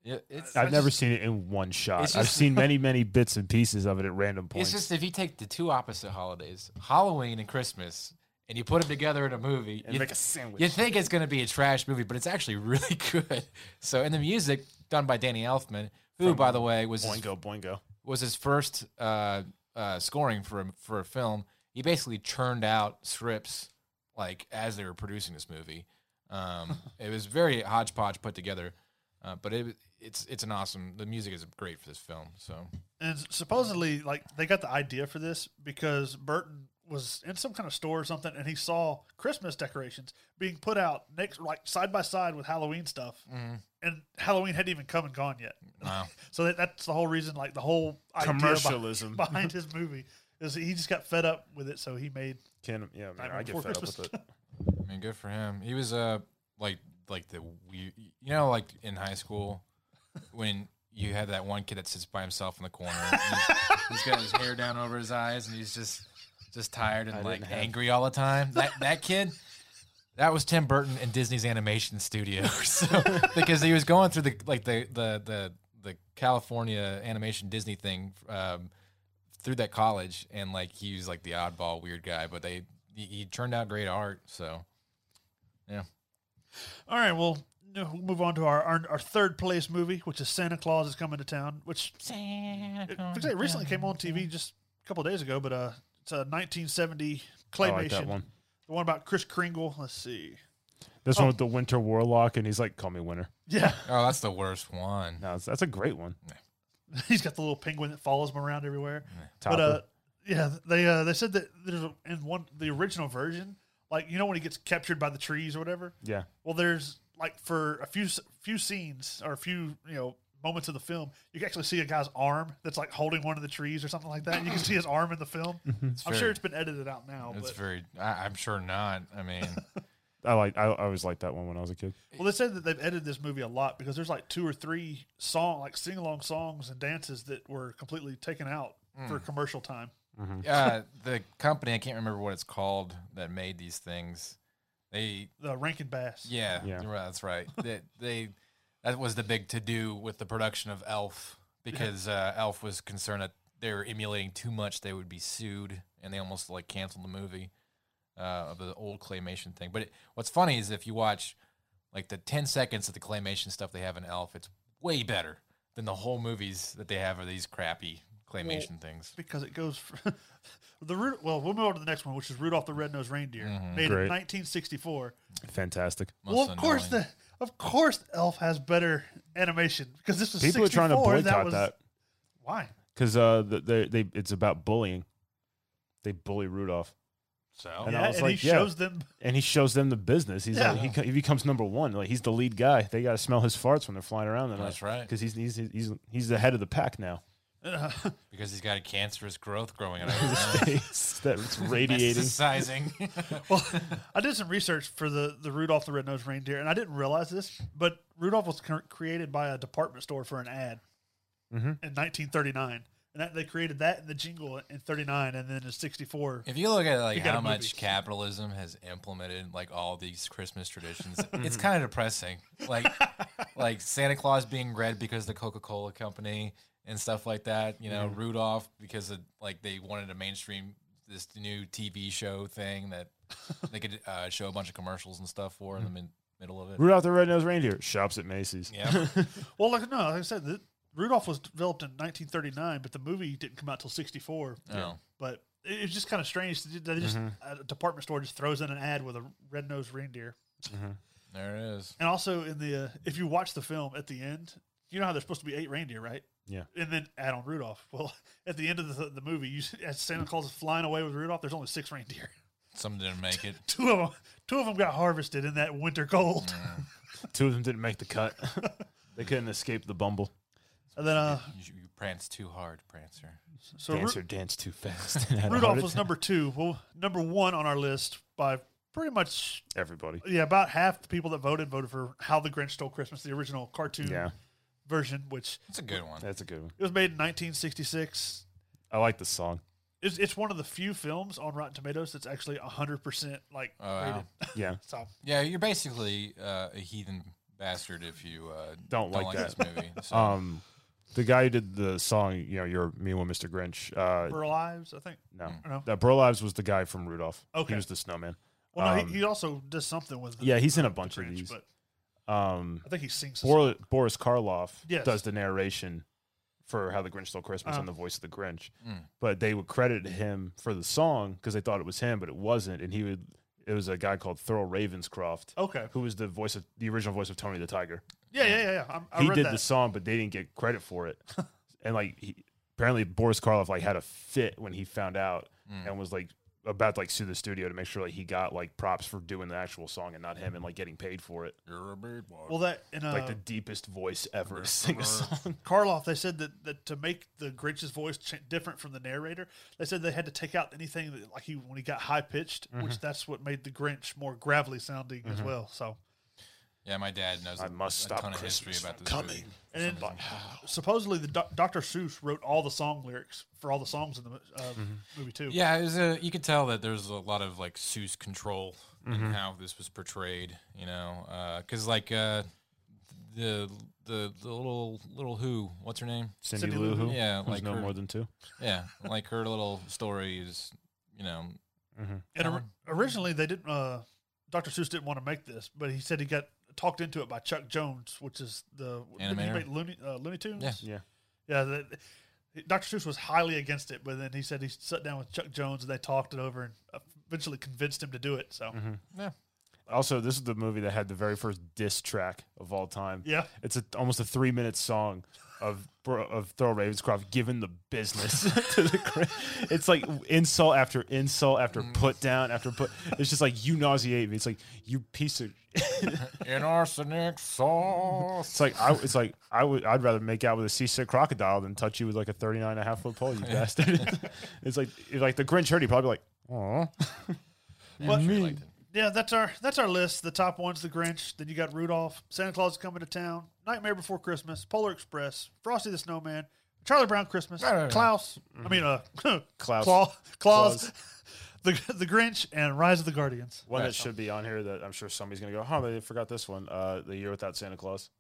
Speaker 3: Yeah, it's,
Speaker 1: I've
Speaker 3: it's
Speaker 1: never
Speaker 3: just-
Speaker 1: seen it in one shot.
Speaker 3: It's
Speaker 1: I've
Speaker 3: just-
Speaker 1: seen many, many bits and pieces of it at random points.
Speaker 3: It's just if you take the two opposite holidays, Halloween and Christmas, and you put them together in a movie,
Speaker 1: And
Speaker 3: you,
Speaker 1: make a sandwich.
Speaker 3: you think it's going to be a trash movie, but it's actually really good. So, and the music done by Danny Elfman, who, by the way, was his,
Speaker 1: boingo, boingo.
Speaker 3: was his first uh, uh, scoring for a, for a film. He basically churned out scripts like as they were producing this movie. Um, it was very hodgepodge put together, uh, but it it's it's an awesome. The music is great for this film. So
Speaker 2: And supposedly, like they got the idea for this because Burton was in some kind of store or something, and he saw Christmas decorations being put out next, like side by side with Halloween stuff,
Speaker 1: Mm-hmm.
Speaker 2: and Halloween hadn't even come and gone yet.
Speaker 3: wow.
Speaker 2: So that, that's the whole reason, like the whole idea behi-
Speaker 1: Commercialism.
Speaker 2: behind, his movie is he just got fed up with it, so he made
Speaker 1: Can, yeah, man,
Speaker 2: Nightmare
Speaker 1: I get
Speaker 2: Before
Speaker 1: fed up
Speaker 2: Christmas.
Speaker 1: with it.
Speaker 3: I mean, good for him. He was uh like like the we you know like in high school when you had that one kid that sits by himself in the corner. and he's, he's got his hair down over his eyes and he's just just tired and like
Speaker 1: didn't have-
Speaker 3: angry all the time. That that kid. That was Tim Burton in Disney's animation studio, so, because he was going through the like the the the, the California animation Disney thing um, through that college, and like he was like the oddball weird guy, but they he, he turned out great art. So
Speaker 2: All right, well, no, we'll move on to our, our our third place movie, which is Santa Claus is Coming to Town, which it, like I said, recently came on TV just a couple days ago, but uh, it's a 1970 claymation.
Speaker 1: I like that one.
Speaker 2: The one about Chris Kringle. Let's see.
Speaker 1: This one with the Winter Warlock, and he's like, "Call me Winter."
Speaker 2: Yeah,
Speaker 3: Oh, that's the worst one.
Speaker 1: No, that's, that's a great one.
Speaker 2: he's got the little penguin that follows him around everywhere. But
Speaker 1: Topper.
Speaker 2: uh, yeah, they uh, they said that there's a, in one the original version, like you know when he gets captured by the trees or whatever.
Speaker 1: yeah,
Speaker 2: Well, there's like for a few s- few scenes or a few you know moments of the film, you can actually see a guy's arm that's like holding one of the trees or something like that. You can see his arm in the film. I'm
Speaker 3: very-
Speaker 2: sure it's been edited out now.
Speaker 3: It's
Speaker 2: but
Speaker 3: very. I, I'm sure not. I mean,
Speaker 1: I like. I, I always liked that one when I was a kid.
Speaker 2: Well, they said that they've edited this movie a lot because there's like two or three song, like sing along songs and dances that were completely taken out
Speaker 3: Hmm.
Speaker 2: for commercial time.
Speaker 3: uh, the company I can't remember what it's called that made these things. They
Speaker 2: The Rankin Bass.
Speaker 3: yeah,
Speaker 1: Yeah.
Speaker 3: you're right, that's right. They, they that was the big to do with the production of Elf because uh, Elf was concerned that they were emulating too much, they would be sued, and they almost like canceled the movie uh, of the old claymation thing. But it, what's funny is if you watch like the 10 seconds of the claymation stuff they have in Elf, it's way better than the whole movies that they have of these crappy claymation things.
Speaker 2: Because it goes for the root. Well, we'll move on to the next one, which is Rudolph the Red-Nosed Reindeer, made in
Speaker 1: Great.
Speaker 2: 1964.
Speaker 1: Fantastic.
Speaker 2: well, of
Speaker 3: Mm-hmm. Most
Speaker 2: course
Speaker 3: annoying.
Speaker 2: the of course Elf has better animation because this was
Speaker 1: People are trying to
Speaker 2: 64,
Speaker 1: boycott
Speaker 2: that. Was,
Speaker 1: that
Speaker 2: Why?
Speaker 1: because uh, the- they, they it's about bullying. They bully Rudolph,
Speaker 3: so
Speaker 1: And I
Speaker 2: yeah,
Speaker 1: was
Speaker 2: and
Speaker 1: like,
Speaker 2: he
Speaker 1: yeah.
Speaker 2: shows them.
Speaker 1: and he shows them the business. He's
Speaker 2: Yeah.
Speaker 1: like, he, co- he becomes number one. Like he's the lead guy. They got to smell his farts when they're flying around.
Speaker 3: That's right.
Speaker 1: Because he's, he's he's he's the head of the pack now.
Speaker 2: uh,
Speaker 3: because he's got a cancerous growth growing out of his nose.
Speaker 1: It's that it's radiating.
Speaker 3: Sizing.
Speaker 2: Well, I did some research for the the Rudolph the Red-Nosed Reindeer, and I didn't realize this, but Rudolph was cr- created by a department store for an ad in 1939, and that, they created that in the jingle in '39, and then in '64.
Speaker 3: If you look at like
Speaker 2: You got
Speaker 3: how
Speaker 2: a
Speaker 3: much
Speaker 2: movie.
Speaker 3: capitalism has implemented like all these Christmas traditions, it's kind of depressing. Like like Santa Claus being red because of the Coca-Cola company and stuff like that, you know, Rudolph because of like they wanted a mainstream this new TV show thing that they could uh, show a bunch of commercials and stuff for in the mid- middle of it.
Speaker 1: Rudolph the Red-Nosed Reindeer shops at Macy's.
Speaker 3: Yeah. Oh,
Speaker 2: Well, like no, like I said, the, Rudolph was developed in 1939, but the movie didn't come out till '64.
Speaker 3: Oh.
Speaker 2: But it, it's just kind of strange. that They just a department store just throws in an ad with a red-nosed reindeer.
Speaker 3: There it is.
Speaker 2: And also in the uh, if you watch the film at the end, you know how there's supposed to be eight reindeer, right?
Speaker 1: Yeah.
Speaker 2: And then add on Rudolph. Well, at the end of the, the movie, you see- as Santa Claus is flying away with Rudolph, there's only six reindeer.
Speaker 3: Some didn't make it.
Speaker 2: Two of them, two of them got harvested in that winter cold.
Speaker 1: Two of them didn't make the cut. they couldn't escape the bumble.
Speaker 2: And then, uh,
Speaker 3: You, you prance too hard, Prancer.
Speaker 2: so Ru-
Speaker 1: Dancer danced too fast. and had a
Speaker 2: Rudolph
Speaker 1: heart
Speaker 2: was
Speaker 1: attack.
Speaker 2: number two. Well, number one on our list by pretty much
Speaker 1: everybody.
Speaker 2: yeah, about half the people that voted voted for How the Grinch Stole Christmas, the original cartoon
Speaker 1: Yeah,
Speaker 2: version, which
Speaker 3: It's a good one.
Speaker 1: that's a good one.
Speaker 2: it was made in 1966.
Speaker 1: I like the song.
Speaker 2: It's, it's one of the few films on Rotten Tomatoes that's actually 100% like
Speaker 3: Oh, wow.
Speaker 2: rated.
Speaker 1: Yeah,
Speaker 2: So
Speaker 3: Yeah, you're basically uh, a heathen bastard if you uh,
Speaker 1: Don't like that.
Speaker 3: this movie. So.
Speaker 1: Um, the guy who did the song, you know, "You're Me and Mr. Grinch." Uh,
Speaker 2: Burl Ives, I think.
Speaker 1: no,
Speaker 2: No.
Speaker 1: that Burl Ives was the guy from Rudolph.
Speaker 2: Okay.
Speaker 1: he was the snowman.
Speaker 2: Well, no,
Speaker 1: Um,
Speaker 2: he, he also does something with. The,
Speaker 1: yeah, he's in a
Speaker 2: the
Speaker 1: bunch of
Speaker 2: Grinch,
Speaker 1: these.
Speaker 2: but
Speaker 1: Um,
Speaker 2: I think he sings. Or,
Speaker 1: Bor- Boris Karloff
Speaker 2: Yes.
Speaker 1: does the narration for "How the Grinch Stole Christmas"
Speaker 2: Uh-huh.
Speaker 1: and the voice of the Grinch.
Speaker 3: Mm.
Speaker 1: But they would credit him for the song because they thought it was him, but it wasn't. And he would. It was a guy called Thurl Ravenscroft.
Speaker 2: okay.
Speaker 1: Who was the voice of the original voice of Tony the Tiger?
Speaker 2: Yeah, yeah, yeah. yeah. I'm- I,
Speaker 1: he
Speaker 2: read
Speaker 1: did
Speaker 2: that.
Speaker 1: the song, but they didn't get credit for it. and like he, apparently Boris Karloff like had a fit when he found out and was like about to like sue the studio to make sure like he got like props for doing the actual song and not him and like getting paid for it.
Speaker 3: You're a birdwalker.
Speaker 2: Well, that in uh,
Speaker 1: like the deepest voice ever to sing a song.
Speaker 2: Karloff, they said that, that to make the Grinch's voice ch- different from the narrator, they said they had to take out anything that like he when he got high pitched,
Speaker 1: Mm-hmm.
Speaker 2: which that's what made the Grinch more gravelly sounding as well. So,
Speaker 3: yeah, my dad knows.
Speaker 1: I
Speaker 3: a-
Speaker 1: must
Speaker 3: a
Speaker 1: stop
Speaker 3: ton of
Speaker 1: Christmas
Speaker 3: history about
Speaker 1: from
Speaker 3: this
Speaker 1: coming.
Speaker 3: movie.
Speaker 2: and then supposedly the doc Dr. Seuss wrote all the song lyrics for all the songs in the mo- uh,
Speaker 1: Mm-hmm.
Speaker 2: movie too.
Speaker 3: Yeah, it was a, you could tell that there's a lot of like Seuss control
Speaker 1: Mm-hmm.
Speaker 3: in how this was portrayed. You know, because like uh, the the the little little who, what's her name?
Speaker 1: Cindy,
Speaker 2: Cindy
Speaker 1: Lou
Speaker 2: Lou
Speaker 1: Who,
Speaker 2: Who.
Speaker 3: Yeah,
Speaker 1: who's
Speaker 3: like
Speaker 1: no
Speaker 3: her-
Speaker 1: more than two.
Speaker 3: Yeah, like her little story is, you know,
Speaker 2: And or-
Speaker 3: Alan?
Speaker 2: originally, they didn't. Uh, Dr. Seuss didn't want to make this, but he said he got talked into it by Chuck Jones, which is the didn't he
Speaker 3: Animator?
Speaker 2: make Looney, uh, Looney Tunes.
Speaker 3: Yeah.
Speaker 1: Yeah,
Speaker 2: Yeah, that, Dr. Seuss was highly against it, but then he said he sat down with Chuck Jones and they talked it over and eventually convinced him to do it. So
Speaker 1: Mm-hmm.
Speaker 3: yeah,
Speaker 1: Also, this is the movie that had the very first diss track of all time.
Speaker 2: Yeah.
Speaker 1: it's a, almost a three minute song of Bro- of Thurl Ravenscroft giving the business to the. Grin- It's like insult after insult after put down after put. It's just like you nauseate me. It's like you piece of.
Speaker 3: in arsenic sauce.
Speaker 1: It's like I. It's like I would. I'd rather make out with a seasick crocodile than touch you with like a 39 and a half foot pole, you bastard. it's like it's like the Grinch heard. He probably like, oh,
Speaker 3: Yeah, I'm sure you liked it.
Speaker 2: yeah, that's our that's our list. The top ones: The Grinch. Then you got Rudolph, Santa Claus is Coming to Town, Nightmare Before Christmas, Polar Express, Frosty the Snowman, Charlie Brown Christmas,
Speaker 3: No, no, no.
Speaker 2: Klaus. I mean, uh,
Speaker 1: Klaus.
Speaker 2: Claw, Claus,
Speaker 1: Claus.
Speaker 2: the the Grinch, and Rise of the Guardians.
Speaker 1: One that
Speaker 3: Right.
Speaker 1: should be on here that I'm sure somebody's gonna go, huh? They forgot this one. Uh, the year without Santa Claus.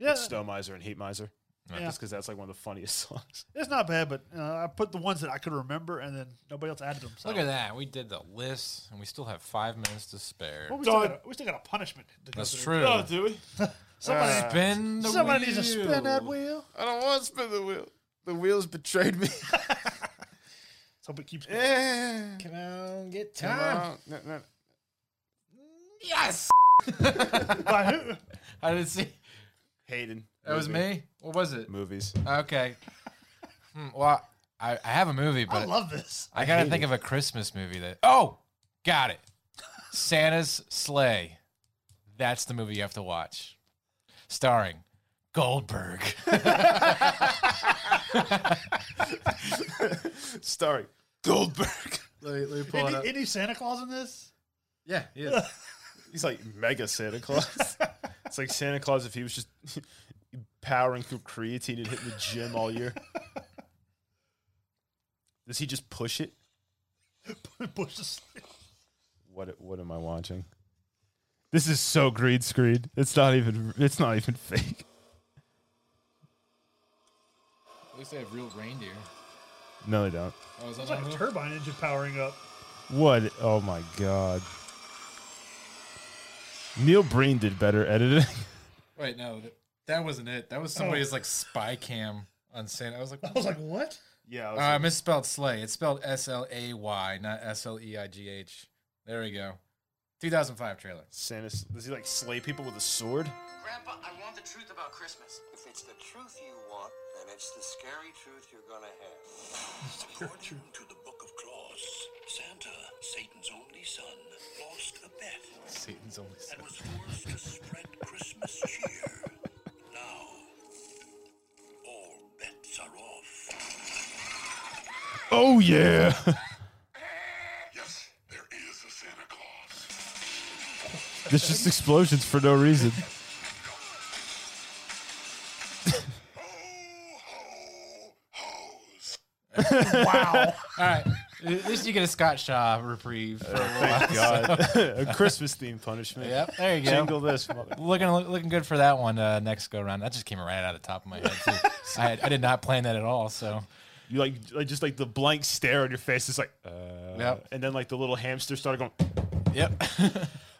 Speaker 2: Yeah,
Speaker 1: It's Snow Miser and Heat Miser.
Speaker 2: Yeah.
Speaker 1: Just because that's like one of the funniest songs.
Speaker 2: it's not bad, but uh, I put the ones that I could remember, and then nobody else added them. So.
Speaker 3: Look at that. We did the list, and we still have five minutes to spare.
Speaker 2: Well, we, still got a, we still got a punishment. to go
Speaker 3: That's
Speaker 2: through.
Speaker 3: true.
Speaker 1: do we?
Speaker 2: Somebody,
Speaker 3: spin the
Speaker 2: somebody needs to spin that
Speaker 3: wheel.
Speaker 2: wheel.
Speaker 4: I don't want to spin the wheel. The wheels betrayed me.
Speaker 2: Let's hope it keeps. going.
Speaker 4: Yeah.
Speaker 3: Come on, get
Speaker 4: Come
Speaker 3: time.
Speaker 4: on. No, no.
Speaker 3: Yes.
Speaker 2: By who?
Speaker 3: I didn't see.
Speaker 1: Hayden.
Speaker 3: That was
Speaker 1: Movie.
Speaker 3: me. What was it?
Speaker 1: Movies.
Speaker 3: Okay. Hmm, well, I, I have a movie,
Speaker 2: I
Speaker 3: but I,
Speaker 2: love this.
Speaker 3: gotta
Speaker 1: hate
Speaker 3: think of a Christmas movie that. Oh, got it. Santa's Sleigh. That's the movie you have to watch, starring Goldberg.
Speaker 1: Starring Goldberg.
Speaker 4: Let me, let me pull it up.
Speaker 2: Any, any Santa Claus in this?
Speaker 4: yeah, yeah.
Speaker 1: He's like mega Santa Claus. it's like Santa Claus if he was just powering through creatine and hitting the gym all year. Does he just push it?
Speaker 2: Bush is-
Speaker 1: What what am I watching? This is so green screen. It's not even it's not even fake.
Speaker 3: At least they have real reindeer.
Speaker 1: No, they don't.
Speaker 3: Oh, is that
Speaker 2: It's like a turbine engine powering up.
Speaker 1: What? Oh my god. Neil Breen did better editing.
Speaker 3: Wait, no, that, that wasn't it. That was
Speaker 2: Oh.
Speaker 3: somebody's like spy cam on Santa. I was like,
Speaker 2: I was like, what?
Speaker 1: Yeah,
Speaker 3: Uh, I misspelled sleigh. It's spelled S L A Y, not S L E I G H. There we go. 2005 trailer.
Speaker 1: Santa. Does he like slay people with a sword?
Speaker 5: Grandpa, I want the truth about Christmas.
Speaker 6: If it's the truth you want, then it's the scary truth you're gonna have.
Speaker 7: According to the Book of Claus, Santa, Satan's only son, lost a bet
Speaker 3: Satan's only son.
Speaker 7: and was forced to spread Christmas cheer. Now, all bets are off.
Speaker 1: Oh yeah.
Speaker 7: Yes, there is a Santa Claus.
Speaker 1: There's just explosions for no reason.
Speaker 7: Ho, hoes.
Speaker 3: All right. At least you get a Scott Shaw reprieve. For a little while.
Speaker 1: Thank God. a Christmas themed punishment.
Speaker 3: Yep. There you go.
Speaker 1: Jingle this. Mother.
Speaker 3: Looking looking good for that one uh, next go round. That just came right out of the top of my head. Too. I, had, I did not plan that at all. So
Speaker 1: You like, like just like the blank stare on your face. It's like, uh,
Speaker 3: Yep.
Speaker 1: and then like the little hamster started going.
Speaker 3: yep.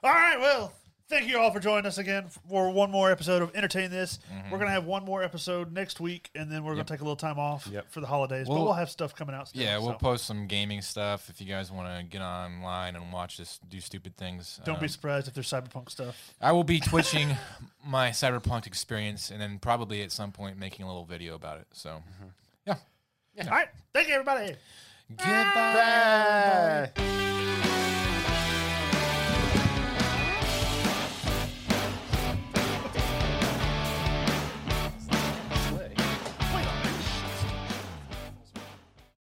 Speaker 2: All right, well, thank you all for joining us again for one more episode of Entertain This. We're going to have one more episode next week, and then we're going to take a little time off
Speaker 1: Yep.
Speaker 2: for the holidays. but
Speaker 3: We'll-
Speaker 2: we'll have stuff coming out still.
Speaker 3: Yeah, we'll
Speaker 2: so
Speaker 3: post some gaming stuff if you guys want to get online and watch us do stupid things.
Speaker 2: Don't
Speaker 3: um,
Speaker 2: be surprised if there's cyberpunk stuff.
Speaker 3: I will be twitching my cyberpunk experience and then probably at some point making a little video about it. So yeah.
Speaker 2: All right, thank you, everybody.
Speaker 3: Goodbye.